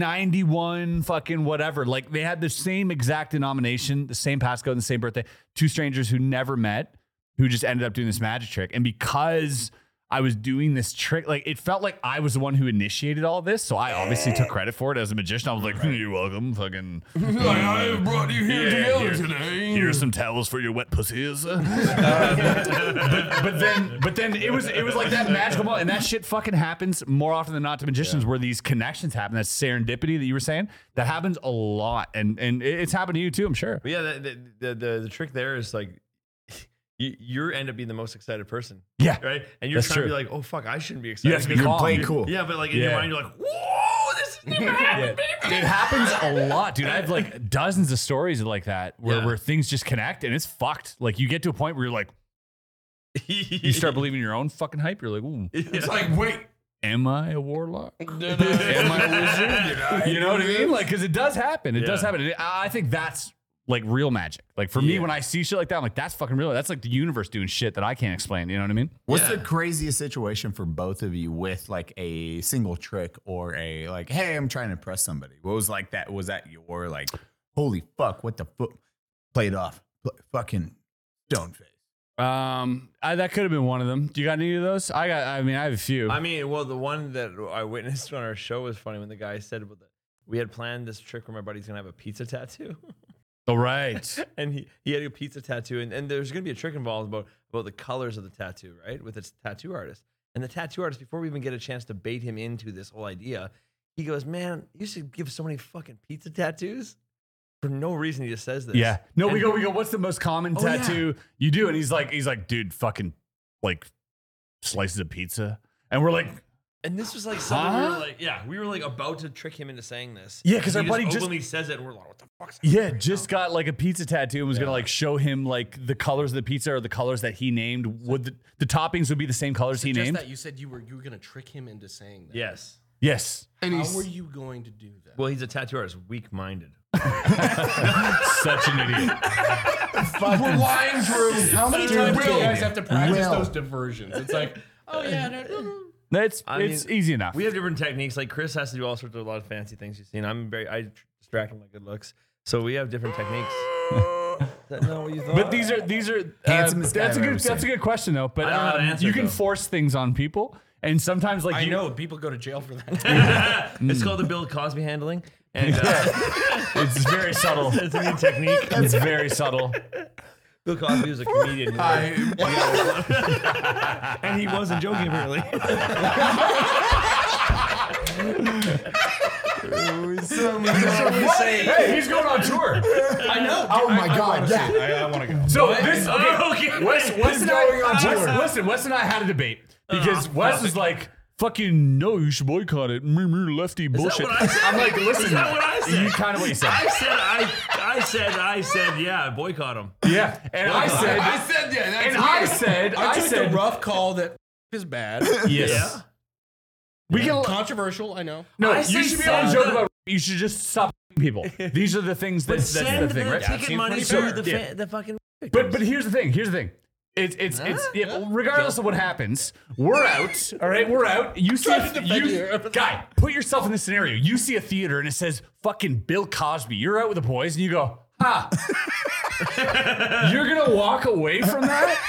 0291 fucking whatever. Like they had the same exact denomination, the same passcode, and the same birthday. Two strangers who never met, who just ended up doing this magic trick. And because I was doing this trick. Like it felt like I was the one who initiated all this, so I obviously took credit for it as a magician. I was like, "You're welcome, fucking."
Like, I brought you here together today.
Here's some towels for your wet pussies. Uh, but, but then, but then it was it was like that magical moment, and that shit fucking happens more often than not to magicians, where these connections happen. That serendipity that you were saying that happens a lot, and and it- it's happened to you too, I'm sure.
But yeah, the, the, the, the, the trick there is like you you end up being the most excited person.
Yeah.
Right? And you're
That's true.
trying to be like, oh fuck, I shouldn't be
You
excited.
have to be
because-
calm. Play cool.
Yeah, but like in your
Yeah.
mind you're like, whoa, this has never happened, baby.
It happens a lot, dude. I have like dozens of stories like that where,
Yeah.
where things just connect and it's fucked. Like you get to a point where you're like, you start believing your own fucking hype. You're like, ooh.
It's like, wait.
Am I a warlock?
Did I-
Am I a wizard?
Did I
you know what I
do
mean?
this?
Like, because it does happen. It does
Yeah.
happen. And I I think that's like real magic. Like for me, when I see shit like that, I'm like, that's fucking real. That's like the universe doing shit that I can't explain. You know what I mean?
What's the craziest situation for both of you with like a single trick or a like, hey, I'm trying to impress somebody? What was like that? Was that your like, holy fuck, what the fuck? Played off. Pl- fucking stone face.
Um, I, that could have been one of them. Do you got any of those? I got. I mean, I have a few.
I mean, well, the one that I witnessed on our show was funny when the guy said about the, we had planned this trick where my buddy's gonna have a pizza tattoo.
All right.
and he, he had a pizza tattoo and, and there's gonna be a trick involved about about the colors of the tattoo, right? With its tattoo artist. And the tattoo artist, before we even get a chance to bait him into this whole idea, he goes, Man, you should give so many fucking pizza tattoos. For no reason he just says this.
Yeah. No, we
And-
go, we go, what's the most common
Oh, yeah.
tattoo you do? And he's like, he's like, dude, fucking like slices of pizza. And we're like,
And this was like something we
Huh?
were like, yeah, we were like about to trick him into saying this.
Yeah, 'cause
He
our buddy just-
openly says it, and we're like, what the fuck's
yeah, just got like a pizza tattoo and was gonna like show him like the colors of the pizza or the colors that he named. Would the, the toppings would be the same colors he
Just
named?
that you said you were you were gonna trick him into saying that.
Yes.
Yes.
How were you going to do that?
Well, he's a tattoo artist, weak minded.
Such an idiot.
We're lying, Drew. How many times do you guys have to practice
Will.
those diversions? It's like, oh yeah, no, no, no.
That's
I
it's
mean,
easy enough.
We have different techniques. Like Chris has to do all sorts of a lot of fancy things you've seen. I'm very I tr- distract him with my good looks. So we have different techniques. Is that not what you thought?
But these are these are uh,
Handsomest guy
that's a
I've
good
ever
that's a
seen.
good question though. But
I don't know how to
um,
answer
you
it,
can
though.
force things on people, and sometimes like
I
you
know people go to jail for that.
it's
Mm.
called the Bill Cosby handling. And uh,
it's very subtle.
It's a new technique.
It's very subtle.
Bill Cosby was a comedian.
and he wasn't joking apparently.
Hey, he's going on tour. I know.
Oh my
I
god,
wanna
yeah.
see it. I, want to go. So
What?
this
Oh,
okay.
okay.
Wes,
He's
Wes and I,
going on
Wes-
tour.
listen, Wes and I had a debate because Wes was like, "Fucking no, you should boycott it." Me, me, lefty bullshit.
what I said?
am like, listen,
Is that what I said?
you kind of what you said.
I said I I said I said yeah, boycott him.
Yeah, and I
Boycott.
said,
I said, yeah, that's
and I
weird.
said,
I
I
took the
said,
rough call that is bad.
Yes.
Yeah.
We can
controversial. I know.
No, you should be able to joke about. You should just stop people. These are the things that.
But
That's the
send
thing,
the
right?
ticket Yeah, money
So-
to the
yeah.
fa- the fucking
But but here's the thing. Here's the thing. It's it's it's yeah, well, regardless of what happens, we're out. All right, we're out. You see,
Trying to
a,
defend
you, guy, put yourself in this scenario. You see a theater and it says "fucking Bill Cosby." You're out with the boys and you go, "Ha!" You're gonna walk away from that.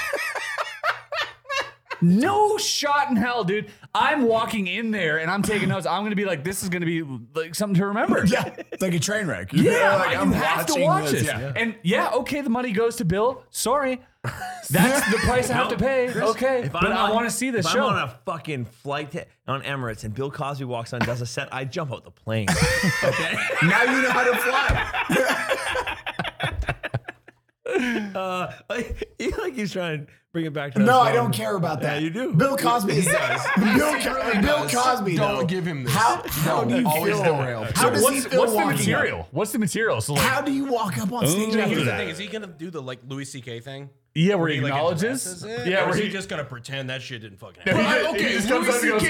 No shot in hell, dude. I'm walking in there and I'm taking notes. I'm gonna be like, this is gonna be like something to remember. Yeah,
it's like a train wreck.
Yeah,
You're like,
you
I'm
have to
watching
watch
this.
it.
Yeah.
And yeah, okay, the money goes to Bill. Sorry, that's the price I have to pay.
Chris,
okay,
if
but
I'm
I
on-
want to see this
if
show.
I'm on a fucking flight to, on Emirates and Bill Cosby walks on and does a set, I jump out the plane.
Now you know how to fly.
uh, like, like he's trying to bring it back to
No,
us.
I don't care about that.
Yeah, you do.
Bill Cosby is Bill,
He
Co-
really
Bill
does.
Cosby.
Don't
though,
give him this.
How, how
No,
do you
always
feel?
derail.
How
So
does
what's-
he feel
what's the
walking up?
material? What's the material? So like,
how do you walk up on stage
Ooh.
after
Here's the
that?
thing: is he gonna do the like Louis C.K. thing?
Yeah, where
he
he
like,
acknowledges.
addresses it?
Yeah,
or
where
is
he
he just gonna pretend that shit didn't fucking
No, he
happen?
just- he just comes out and goes-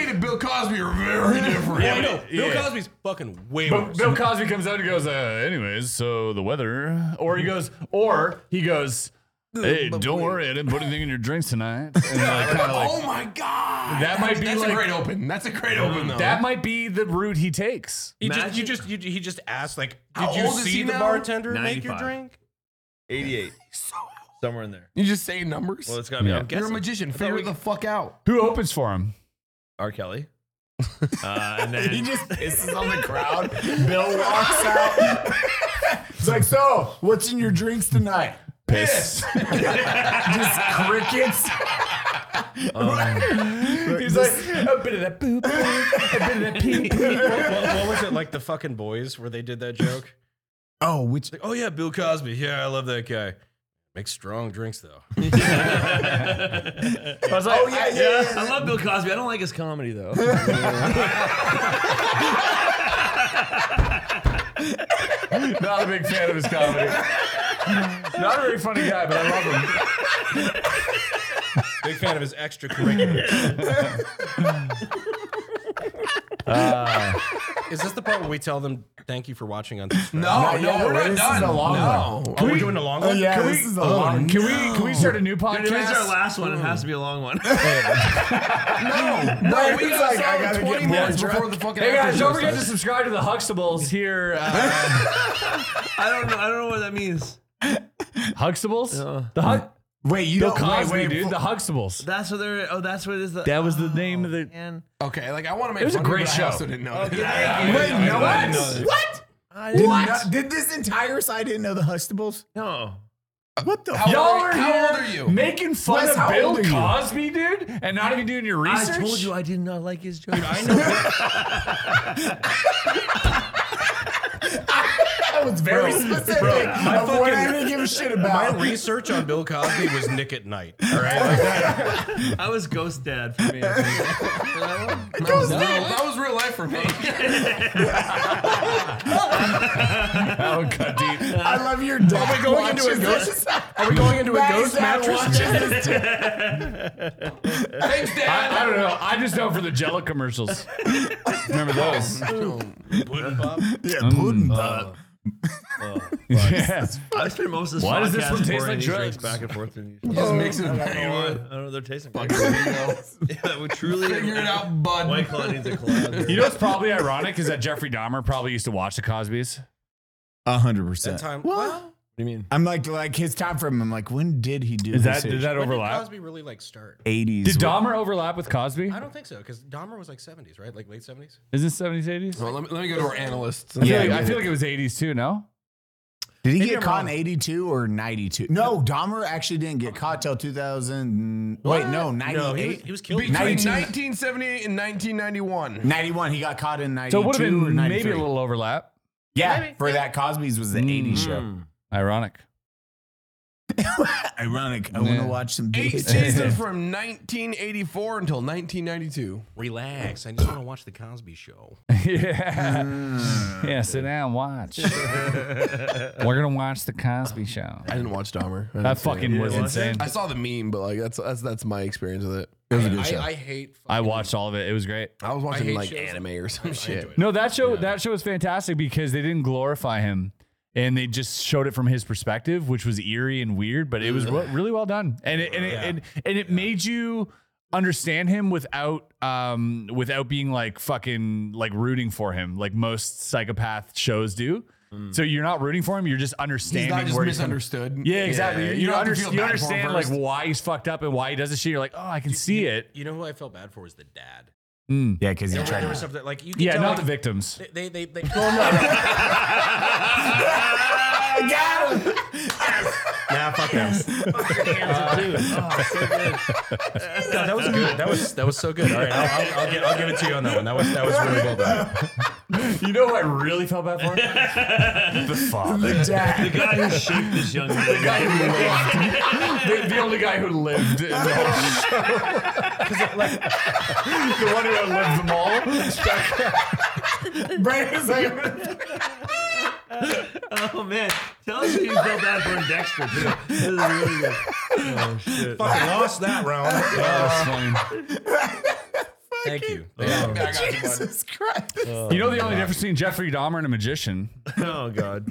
Yeah, I know. Bill
Yeah.
Cosby's fucking way
But
worse.
Bill Cosby comes out and goes, uh, anyways, so the weather. Or he goes, or he goes, hey, don't worry, I didn't put anything in your drinks tonight. And like, kinda like-
oh my god.
that might be
That's
like-
a great open. That's a great open though.
That might be the route he takes.
He just, you just, you, he just asked, like, did
How
you
old is
see
he
the
now?
bartender make your
95.
drink?
88. somewhere in there.
You just say numbers.
Well, it's gotta be. I'm
You're a
guessing.
magician. Figure the fuck out.
Who opens for him?
R. Kelly. Uh, and
He
then
just pisses on the crowd. Bill
Oh,
walks out. It's like, so, what's in your drinks tonight?
Piss.
just crickets.
He's
like,
a bit of that poop, a bit of that pee
poo."
What, what was it like the fucking boys where they did that joke?
Oh, which?
Like, oh yeah, Bill Cosby. Yeah, I love that guy. Makes strong drinks though.
I was like, oh yeah, yeah, I love Bill Cosby. I don't like his comedy though.
Not a big fan of his comedy. Not a very funny guy, but I love him.
Big fan of his extracurriculars. Uh, Is this the part where we tell them thank you for watching on? Subscribe?
No, no, we're not
this
done.
Is a long
No.
one.
Can
Oh, we're
we-
doing a long
Oh,
one.
yeah,
can
this
we,
is a
oh,
long-
Can
No.
we? Can we start a new
Dude,
podcast?
if it's our last one, it has to be a long one.
no,
Right,
we
it's
got
like,
like,
I gotta
20
get more
minutes
drunk.
before the fucking
Hey,
after
guys,
show
don't forget
starts.
to
subscribe to the Huxtables here. uh,
I don't know. I don't know what that means.
Huxtables? the Hug.
Wait,
you
Bill
don't- wait,
Cosby,
wait,
dude.
fu-
The Huxtables.
That's what they're. Oh, that's what it is. The,
That was the name of the.
Okay, like I want to make.
It was a
fun of
great
but
show.
I also didn't know.
Okay,
that.
thank you.
Wait,
I
no,
didn't know
what?
that.
What?
didn't
Did,
know-
not- did this entire side didn't know the Huxtables?
No.
What the
Y'all are
How
here
old are you?
making fun
Wes, how
of Bill
old are you?
Cosby, dude, and not even doing your research.
I told you I did not like his jokes.
That was very
Bro,
specific.
bro, my
of what I
fucking-
didn't give a shit
My
about.
research on Bill Cosby was Nick at Night. All right.
I was ghost dad for me.
No, that was real life for me.
Oh, God, deep.
I love your dad.
Are we going into a
watches
ghost-
this.
Are we going into a
My
ghost
dad
mattress?
watches this too.
Thanks, Dad.
I, I don't know. I just know for the Jello commercials. Remember those?
Yeah, pudding.
yeah.
I spent most of this
Why
podcast
does this one taste
pouring
like
these
drugs?
drinks back and forth. in these-
Just mix it.
I
up.
don't know why. I don't know. They're tasting good. Yeah, that would truly
Figure it out, bud.
White Claw needs a collab.
You know what's probably ironic is that Jeffrey Dahmer probably used to watch the Cosbys.
A hundred percent.
Time.
What?
do you mean?
I'm like, like his time frame. I'm like, when did he do
Is
this?
that did that
When did
overlap?
Cosby really like start?
80s.
Did Dahmer overlap with Cosby?
I don't think so because Dahmer was like 70s, right? Like late 70s.
Is it seventies, eighties?
Well, let me, let me go to our analysts.
I feel,
Yeah,
like,
I
I
mean-
feel like it was eighties too. No,
Did he
Maybe
get
I'm
caught
wrong.
in 82 or 92? No, Dahmer actually didn't get caught till 2000. Wait, no, 98.
No, he was, he was killed.
Between
in-
19
1978 and 1991.
91. He got caught in 92
so it would have
or
been
93.
maybe a little overlap. Mm.
yeah, Mm. for that Cosby's was the 80s show.
Ironic.
Ironic. I want
Yeah.
to watch some
Eight
dudes.
seasons from 1984 until 1992.
Relax. I just want to watch the Cosby Show.
yeah. Yeah. Sit down. Watch. We're gonna watch the Cosby Show.
I didn't watch Dahmer. I didn't
That
see it.
fucking was insane.
I saw the meme, but like that's that's that's my experience with it. It was a good
I,
show.
I
I,
hate.
I
fucking-
watched all of it. It was great.
was
I
watching
hate
like
shows.
anime or some
I
shit.
enjoy it.
No, that show that show was fantastic because they didn't glorify him and they just showed it from his perspective, which was eerie and weird, but it was re- really well done. And it, and it, and, and it made you understand him without um without being like fucking like rooting for him like most psychopath shows do. So you're Mm. not rooting for him, you're just understanding
He's not just
where he's coming-
misunderstood.
Yeah, exactly.
Yeah,
you,
don't have to
under-
feel
you
bad for him
understand like
first.
why he's fucked up and why he does this shit. You're like, oh, I can see it.
You know who I felt bad for was the dad.
Mm.
Yeah, because he
There, were-
tried
there
to.
was something like you. Could
Yeah,
tell,
not
like,
the victims.
They, they, they, they. Oh, no,
Got him!
nah, fuck them. Oh, God, that was good. That was that was so good. All right, I'll, I'll, I'll, give, I'll give it to you on that one. That was that was really well done.
You know who I really felt bad for? the father.
The dad.
The guy who shaped this young man.
the, the only guy who lived in the whole show. the one who outlived them all.
Brain is like,
Oh man, tell us who you felt bad for in Dexter too. This is really good. Oh shit.
Fucking lost that round. Uh, Thank you. Yeah.
Yeah, I got you, bud.
Jesus Christ.
You know the only difference between Jeffrey Dahmer and a magician
Oh god.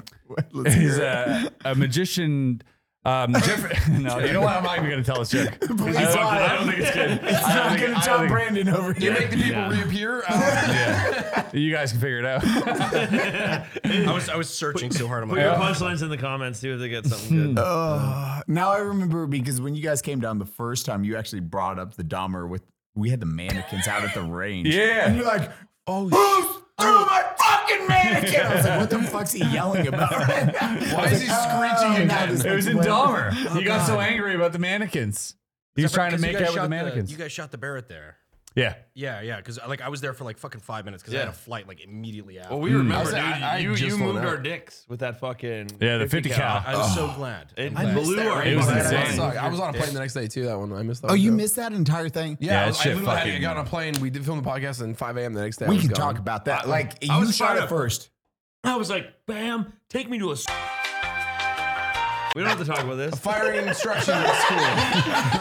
is uh, a magician Um, Jeff- no, you know what? I'm not even going to tell this joke.
Please
I don't,
don't.
I don't think it's good.
It's
I don't
not
think-
gonna
I don't
Tom
think-
Brandon over You here. make the people reappear?
yeah. You guys can figure it out.
I was I was searching so hard. I'm
Put
like,
your
oh.
punchlines in the comments. See if they get something good.
Uh, now I remember because when you guys came down the first time, you actually brought up the Dahmer with we had the mannequins out at the range.
Yeah.
and you're like, oh. Who's through my fucking mannequin? I was like, what the fuck's he yelling about? right now?
Why is he
Oh,
screeching
now
again?
this
It was in
makes
Dahmer.
sense.
He got
Oh,
so
God.
angry about the mannequins. He was trying to
Because you
make
guys
out with
shot
the mannequins.
you guys shot the Barrett there.
Yeah.
Yeah, yeah, because like I was there for like fucking five minutes because I had
Yeah.
a flight like immediately after.
Well, we remember, dude. you
just
you
loaded
moved
up.
our dicks with that fucking
Yeah, the 50 cal.
I was so glad.
It
I missed
blew
that
our
rainbow. It was
minds.
insane.
Suck. I was on a plane the next day too. That one I missed. That
Oh,
one,
you
too.
missed that entire thing?
Yeah, I, was, I literally had- got on a plane. We did film the podcast at 5 a.m. the next day. I
We
was
can
gone.
talk about that. Like,
I
you
was
shot
fired
it
up.
first.
I was like, bam, take me to a. s- We don't have to talk about this.
Firing instruction at school.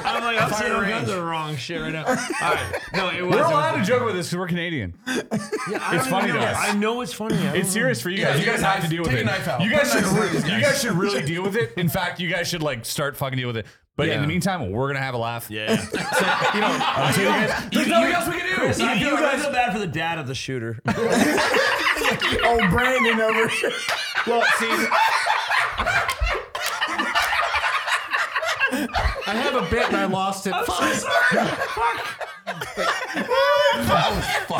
I'm like, I'm saying
Fire
I'm
range.
the wrong shit right now. All right, no, it was.
We're allowed to joke with this because we're Canadian. it's funny to us.
I know it's funny. I
It's
don't
serious for you guys. you guys have to deal with
Take
it.
a knife out.
You guys
Put a
should.
knife
Really,
in.
you guys should really deal with it. In fact, you guys should like start fucking deal with it. But in the meantime, we're gonna have a laugh. Yeah. so, you know, I'm saying you guys-
There's
you-
nothing
you-
else we can do.
Chris,
you,
I feel
you
like-
guys feel bad for the dad of the shooter.
oh, Brandon over here.
Well, see,
I have a bit and I lost it.
I'm so
Fuck.
sorry.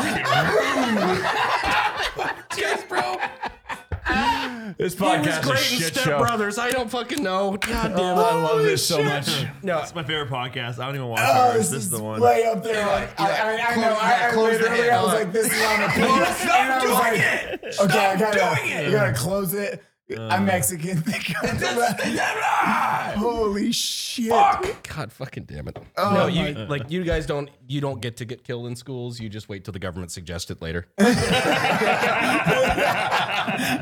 that was fucking
Cheers, bro.
rude. This
He was
podcast is a
great in
shit
Step
show.
Brothers. I don't fucking know. God damn it.
Oh, I love this so much.
No,
It's my favorite podcast. I don't even watch
Oh,
it.
this
This is the one.
Way up there. Like, I, I, I know. I, I literally, I was like, this is on a plane. And I was like, okay, I gotta, I gotta close it.
Uh,
I'm Mexican. Holy shit.
God fucking damn it.
Oh
no, you
my-
like you guys don't you don't get to get killed in schools. You just wait till the government suggests it later.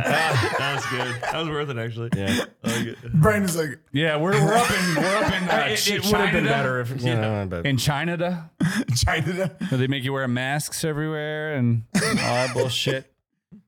Ah, that was good. That was worth it, actually. Yeah.
Brandon's like,
Yeah, we're we're up in we're up in uh,
It- it
Chi-
would've been
China-da.
better if-
Yeah.
yeah, but-
in China. da.
China.
Where They make you wear masks everywhere and all that bullshit.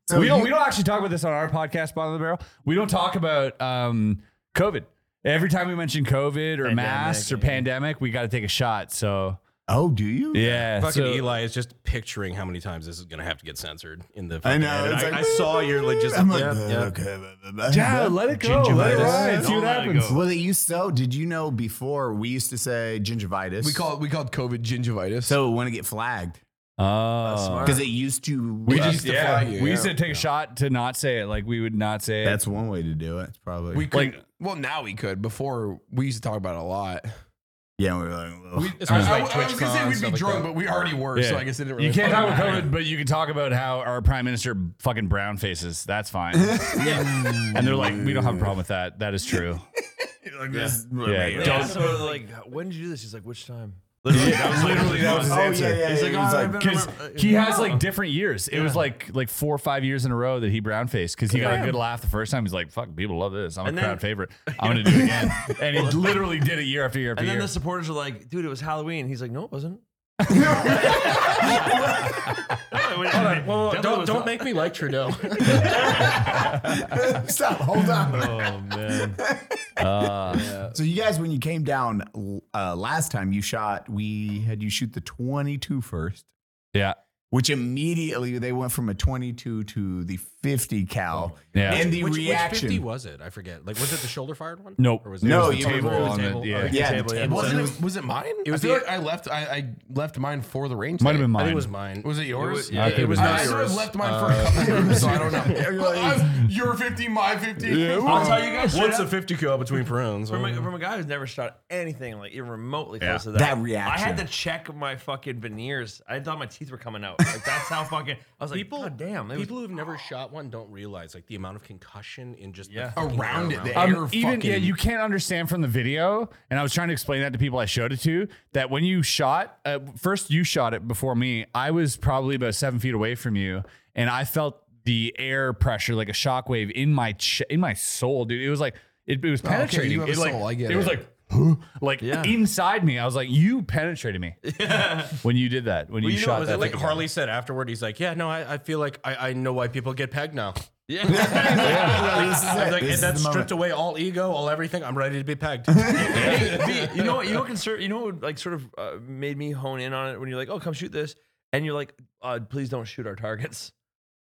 So
we don't
you-
we don't actually talk about this on our podcast, Bottom of the Barrel. We don't talk about um, COVID. Every time we mention COVID or masks or pandemic, we got to take a shot. So
Oh, do you?
yeah,
fucking
so-
Eli is just picturing how many times this is gonna have to get censored in the.
I
fucking
know.
edit.
It's like,
I saw your logistics.
I'm like,
yeah,
uh,
yeah.
okay. blah, blah, blah,
Yeah,
blah.
let it go. Let it
Gingivitis.
ride. See
Don't
what
let it
happens.
go.
Well, it used so. Did you know before we used to say gingivitis?
We call it, we called COVID gingivitis.
so when it get flagged
Oh,
because it used to.
we
uh,
just
to
yeah,
flag you,
we
yeah.
used to take a shot to not say it. Like we would not say it.
that's one way to do it. It's probably
we could,
like-
well now we could. Before we used to talk about it a lot.
yeah. We were like, well,
We,
It's
I,
almost
I-
like
I was gonna say
TwitchCon,
we'd
stuff
be
like
drunk,
that.
but we already were,
Yeah.
so I guess it didn't really.
you can't
fucking
talk about
matter.
COVID, but you can talk about how our prime minister fucking brown faces. That's fine. and they're like, we don't have a problem with that. That is true.
like this.
Yeah,
Yeah,
don't-
so we're like, when did you do this? He's like, which time?
Literally, that was literally that was his
Oh, yeah,
answer.
yeah,
He's
yeah,
like,
he was
"Oh,
like-
I've been remember- he has like different years. It was like like four or five years in a row that he brown faced because he got a good laugh the first time. He's like, "Fuck, people love this. I'm a
And
crowd
then-
favorite. I'm gonna do it again." And he literally did it year after year after
And then
year.
the supporters are like, dude, it was Halloween. He's like, no, it wasn't.
Hold on, whoa, whoa,
Definitely
don't
was
don't
not.
make me like Trudeau.
Stop. Hold on.
Oh man.
Uh,
So you guys, when you came down uh, last time, you shot. We had you shoot the 22 first,
yeah,
which immediately they went from a 22 to the 50 cal,
yeah.
and the
which, which
reaction.
fifty was it? I forget. Like, was it the shoulder fired one?
Nope.
Or was
No,
it
you-
the
table
table?
on
it,
table?
yeah.
Okay.
yeah,
table,
the
yeah.
table.
Wasn't it? Was it mine? It was I feel
was the-
like I left. I, I left mine for the range.
Might have
day.
been
I think it
mine.
was mine.
Was it yours?
yeah,
Okay,
it was
I
not
might have
yours. Uh,
left mine for a couple of years, so I don't know. Well, I was- You're 50, my 50.
I'll tell you guys. straight
What's
up,
a fifty co between um, friends?
from a, from a guy who's never shot anything like even remotely close to that.
That reaction.
I had to check my fucking veneers. I thought my teeth were coming out. Like that's how fucking. I was like,
People,
God damn. it was-
people who've never shot one don't realize like the amount of concussion in just
Yeah.
the fucking
Around
air
it, the
around
air
Um,
You're
even yeah,
fucking-
you can't understand from the video, and I was trying to explain that to people I showed it to. That when you shot, uh, first you shot it before me. I was probably about seven feet away from you, and I felt the air pressure like a shockwave in my ch- in my soul, dude. It was like it, it was
okay,
penetrating.
you have a
it, like,
soul, I get
was
it.
like huh? like inside me. I was like, you penetrated me when you did that. When
Well,
you,
you know,
shot
was
that.
it like
thing.
Harley said afterward? He's like, yeah, no, I, I feel like I, I know why people get pegged now.
Yeah,
Like,
This is
I was
it.
like,
This is
and that's
the
stripped
moment.
away all ego, all everything. I'm ready to be pegged.
Hey, B, you know what? You know what? Concern, you know what? Like, sort of uh, made me hone in on it when you're like, "Oh, come shoot this," and you're like, uh, "Please don't shoot our targets.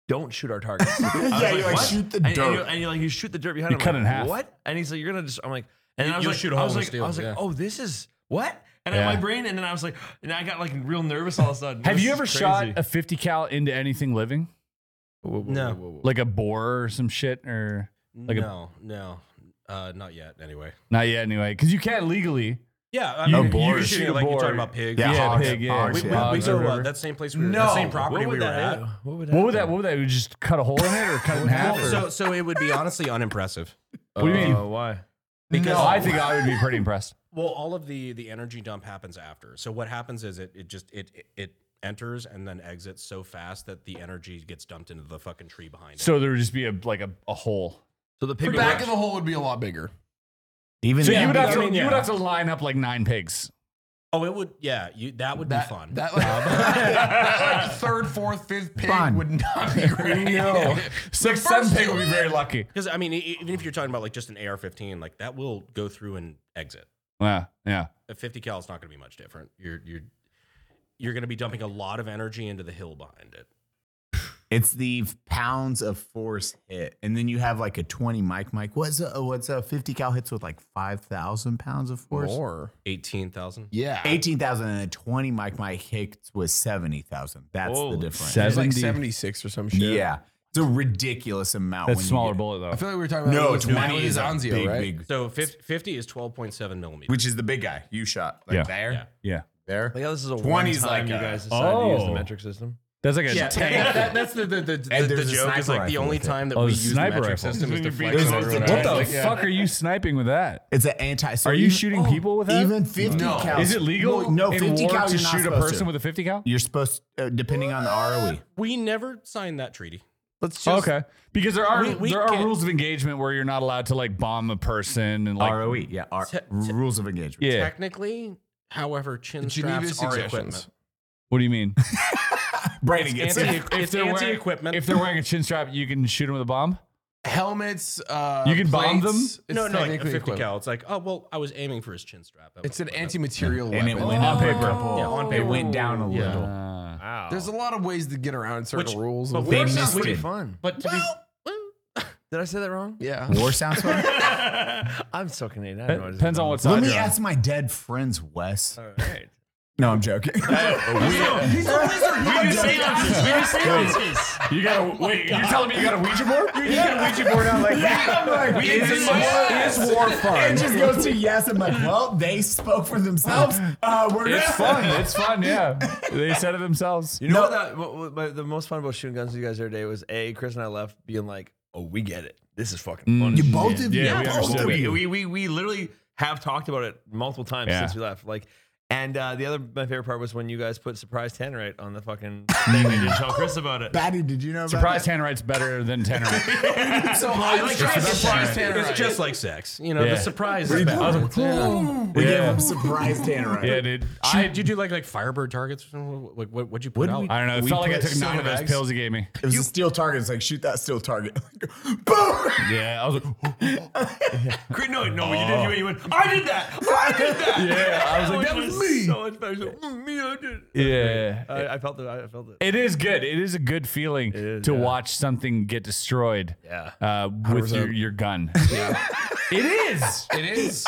Don't shoot our targets." I was
Yeah, you're like,
"What?"
shoot the
And- And,
dirt.
you're, and you're like, you shoot the dirt behind.
You
him.
cut
I'm
it in
like,
half.
What? And he's like, "You're gonna just." I'm like, and then I was
You'll
like,
shoot a
I
hole
was
in the
like,
steel,
I was like,
yeah.
"Oh, this is what?" And
Yeah.
in my brain, and then I was like, and I got like real nervous all of a sudden.
Have
This
you
is
ever
crazy.
shot a 50 cal into anything living?
No. whoa, whoa.
Like a boar or some shit or like a
no, no, uh, not yet. Anyway.
not yet anyway because you can't legally.
Yeah, I
You- you
mean, you,
can
you're shooting
shoot a
like you're
boar.
talking about pigs.
Yeah, pig. Yeah,
We, we, we
hogs or
were, uh,
whatever.
that same place we were, that same
No.
property
What
we
would
were
that
at.
have- What would that? What would that? Would just cut a hole in it or cut it in half? or-
So, so it would be honestly unimpressive.
What do you mean?
why?
Because
No. I think I would be pretty impressed.
Well, all of the the energy dump happens after. So what happens is it it just it it, it enters and then exits so fast that the energy gets dumped into the fucking tree behind it.
So there would just be a like a, a hole.
So the
pig would
back
watch.
of the hole would be a lot bigger.
Even so,
Yeah,
you would
but
have
I
to
mean,
you would
yeah.
have to line up like nine pigs.
Oh, it would. Yeah, you that would be fun. Um,
That like, that, like third, fourth, fifth pig would not be great.
Six,
The first
seven pig
two-
would be very lucky.
Because I mean, e- even if you're talking about like just an AR-15, like that will go through and exit.
Yeah, yeah.
A 50 cal is not going to be much different. You're you're you're going to be dumping a lot of energy into the hill behind it.
It's the pounds of force hit, and then you have like a twenty mic mic. What's a what's a fifty cal hits with like five thousand pounds of force?
More.
eighteen thousand.
Yeah, eighteen thousand, and a twenty mic mic hits with seventy thousand. That's the
Holy
difference.
shit. It's like 70. 76 or some shit.
Yeah, it's a ridiculous amount.
That's
when you
smaller
get-
bullet though.
I feel like we were talking about
No,
it was
20 is a
Anzio,
big,
right?
big-
So 50, 50 is 12.7 millimeters.
which is the big guy you shot. Like
Yeah.
there,
Yeah.
Yeah.
there.
Like, oh, this is a
20's
one
like
time you
a-
guys decided to use the
Oh.
metric system.
That's like a
Yeah,
tank.
that- that- that's the the the, the,
And
the
there's a
joke is
sniper
like the
rifle
only
with it.
time that
Oh,
we
there's a
use the
sniper
metric
rifle.
system is to
There's a-
flex on
there's a
everyone
tank.
else.
What the fuck are you sniping with that?
It's an anti. so
are you
even-
shooting
oh,
people with that?
Even 50 cal.
Is it legal?
No,
in
50
war
cal.
to
you're not
shoot a
supposed
person
to.
with a 50 cal.
You're supposed, uh, depending on the E. ROE.
We never signed that treaty.
Let's
okay, because there are
We- we
there are
can't-
rules of engagement where you're not allowed to like bomb a person and like
ROE, yeah, R- E.
Te- te-
rules of engagement.
Yeah.
Technically, however, chin
Geneva
straps are
suggestions.
equipment.
What do you mean?
Brandon
It's
gets
anti,
it.
if,
if
it's
they're wearing-
anti-equipment.
if they're wearing a chin strap, you can shoot them with a bomb.
Helmets. Uh,
You can bomb
plates,
them?
it's
no, no, like a
technically
50
equivalent.
cal. It's like, oh well, I was aiming for his chin strap. That
It's
was-
an anti-material
And it
weapon.
went up a couple.
Yeah, on
It
paper.
went down a little.
Uh,
Wow.
There's a lot of ways to get around certain
Which-
rules.
but
and
they
things.
missed
pretty
it.
fun.
But to be,
Did I say that wrong?
Yeah.
War sounds fun.
I'm so Canadian. I don't know what
Dep-
it is.
Depends on what side.
Let me
you're on.
ask my dead friends, Wes.
All right.
No, I'm joking.
You
Oh
gotta wait. You're telling me you got a Ouija board? You got a Ouija board out like
I'm like,
Is
"Yes."
it war- is war fun?
It just goes to yes. I'm like, well, they spoke for themselves. Uh, we're
It's
gonna-
fun. It's fun. Yeah, they said it themselves.
You know what, that, what, what my, the most fun about shooting guns with you guys the other day was a Chris and I left being like, oh, we get it. This is fucking fun.
You
as
both
shit."
of you.
Mm. Yeah, we
both
understand.
of
we,
you.
we, we, we literally have talked about it multiple times
Yeah.
since we left. Like, and uh, the other my favorite part was when you guys put surprise ten right on the fucking thing and didn't tell Chris about it.
Batty, did you know about
Surprise Tannerite's better than Tannerite.
So I like
surprise tanner.
it's just like sex. You know,
Yeah.
the surprise. is bad.
We
Yeah.
gave him surprise tanner. right?
yeah, dude.
Shoot, did you do like like Firebird targets? or something? Like what? What'd you put out?
I don't know. It
We
felt like I
put
took nine
silver
of those
bags.
pills he gave me.
It was a steel target. It's like shoot that steel target. Boom.
Yeah, I was like,
Chris, no, no, you
Oh.
did. You, you went, I did that. I did that.
Yeah, I was like,
Which
that was me.
So much better. So, "Mm, me, I did. it."
yeah.
I, I felt it. I felt it.
It is good. It is a good feeling
is,
to
yeah.
watch something get destroyed.
Yeah.
Uh, with your, your gun.
Yeah.
It is.
It is.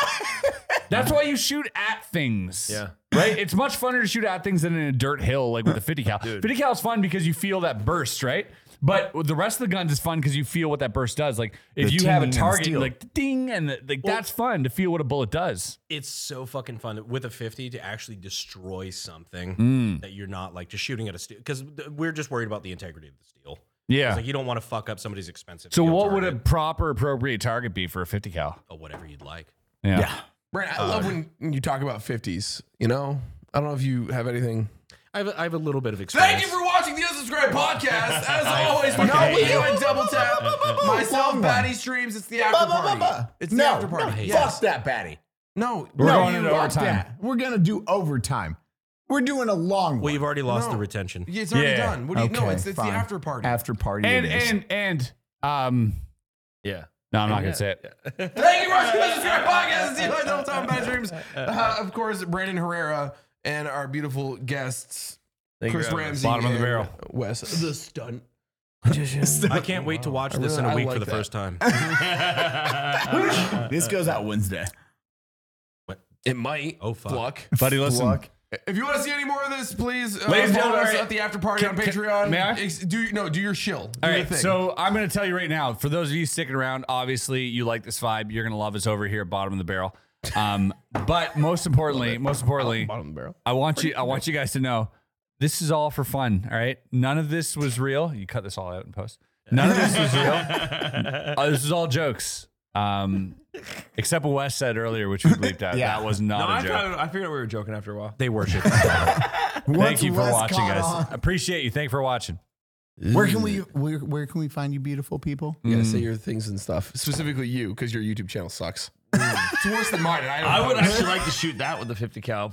That's why you shoot at things.
Yeah.
Right? It's much funner to shoot at things than in a dirt hill, like with a 50 cal. 50 cal is fun because you feel that burst, right? But with the rest of the guns is fun because you feel what that burst does. Like if
The
you have a
ting and the
target,
steel.
like ding, and the, like that's fun to feel what a bullet does.
it's so fucking fun with a 50 to actually destroy something
Mm.
that you're not like just shooting at a steel because we're just worried about the integrity of the steel
Yeah.
it's like you don't want to fuck up somebody's expensive
so
steel
what would a
target
proper appropriate target be for a 50 cal?
or whatever you'd like
Yeah.
Brent, I love
Uh,
when when you talk about 50s, you know? I don't know if you have anything.
I have, a, I have a little bit of experience
Thank you for watching the Unsubscribe Podcast. As always, we
fucking
know we
hate
do a double tap.
Long
Myself,
one.
Batty Streams. It's the after
Ba, ba, ba,
party.
ba.
It's the
No,
after party.
no,
Yes.
fuck that, Batty.
No,
We're
no,
going
you
into
fuck
overtime.
that.
We're gonna do overtime. We're doing a long. Well,
you've already lost the retention.
Yeah, it's already done. What do you- no, it's- it's the after party.
After party.
And
it is.
and and um. Yeah. No, I'm not gonna say it.
Thank you for watching this podcast. See you later. Don't talk about dreams. Uh, of course, Brandon Herrera and our beautiful guests,
Thank you
Chris
for having us.
Ramsey.
Bottom of the
and
barrel.
Wes, the stunt.
I can't wait to watch
I
this in
really-
a
I
week
like
for the
that.
first time.
this goes out Wednesday.
It might.
Oh fuck.
Luck.
Buddy, listen.
If you want to see any more of this, please uh,
Ladies and
follow
gentlemen,
us
all right.
at the after party
Can-
on
can-
Patreon.
may I?
Ex- Do no, do your shill. Do
All
your
right,
thing.
so I'm going to tell you right now. For those of you sticking around, obviously you like this vibe. You're going to love us over here, at bottom of the barrel. Um, but most importantly, most importantly, bottom of the barrel. I want you. I want you guys to know this is all for fun. All right, none of this was real. You cut this all out in post. None of this was real. Uh, this is all jokes. Um, except what Wes said earlier, which we bleeped out.
Yeah.
That was
No,
not a
I
joke.
thought- I figured we were joking after a while.
They worship.
Thank you for
Wes
watching,
caught
guys.
on.
Appreciate you. Thank you for watching.
Where can we where, where can we find you beautiful people?
You gotta say
Hmm.
your things and stuff. Specifically you, because your YouTube channel sucks. it's worse than mine. and I, don't
I would
know.
actually like to shoot that with the 50 cal.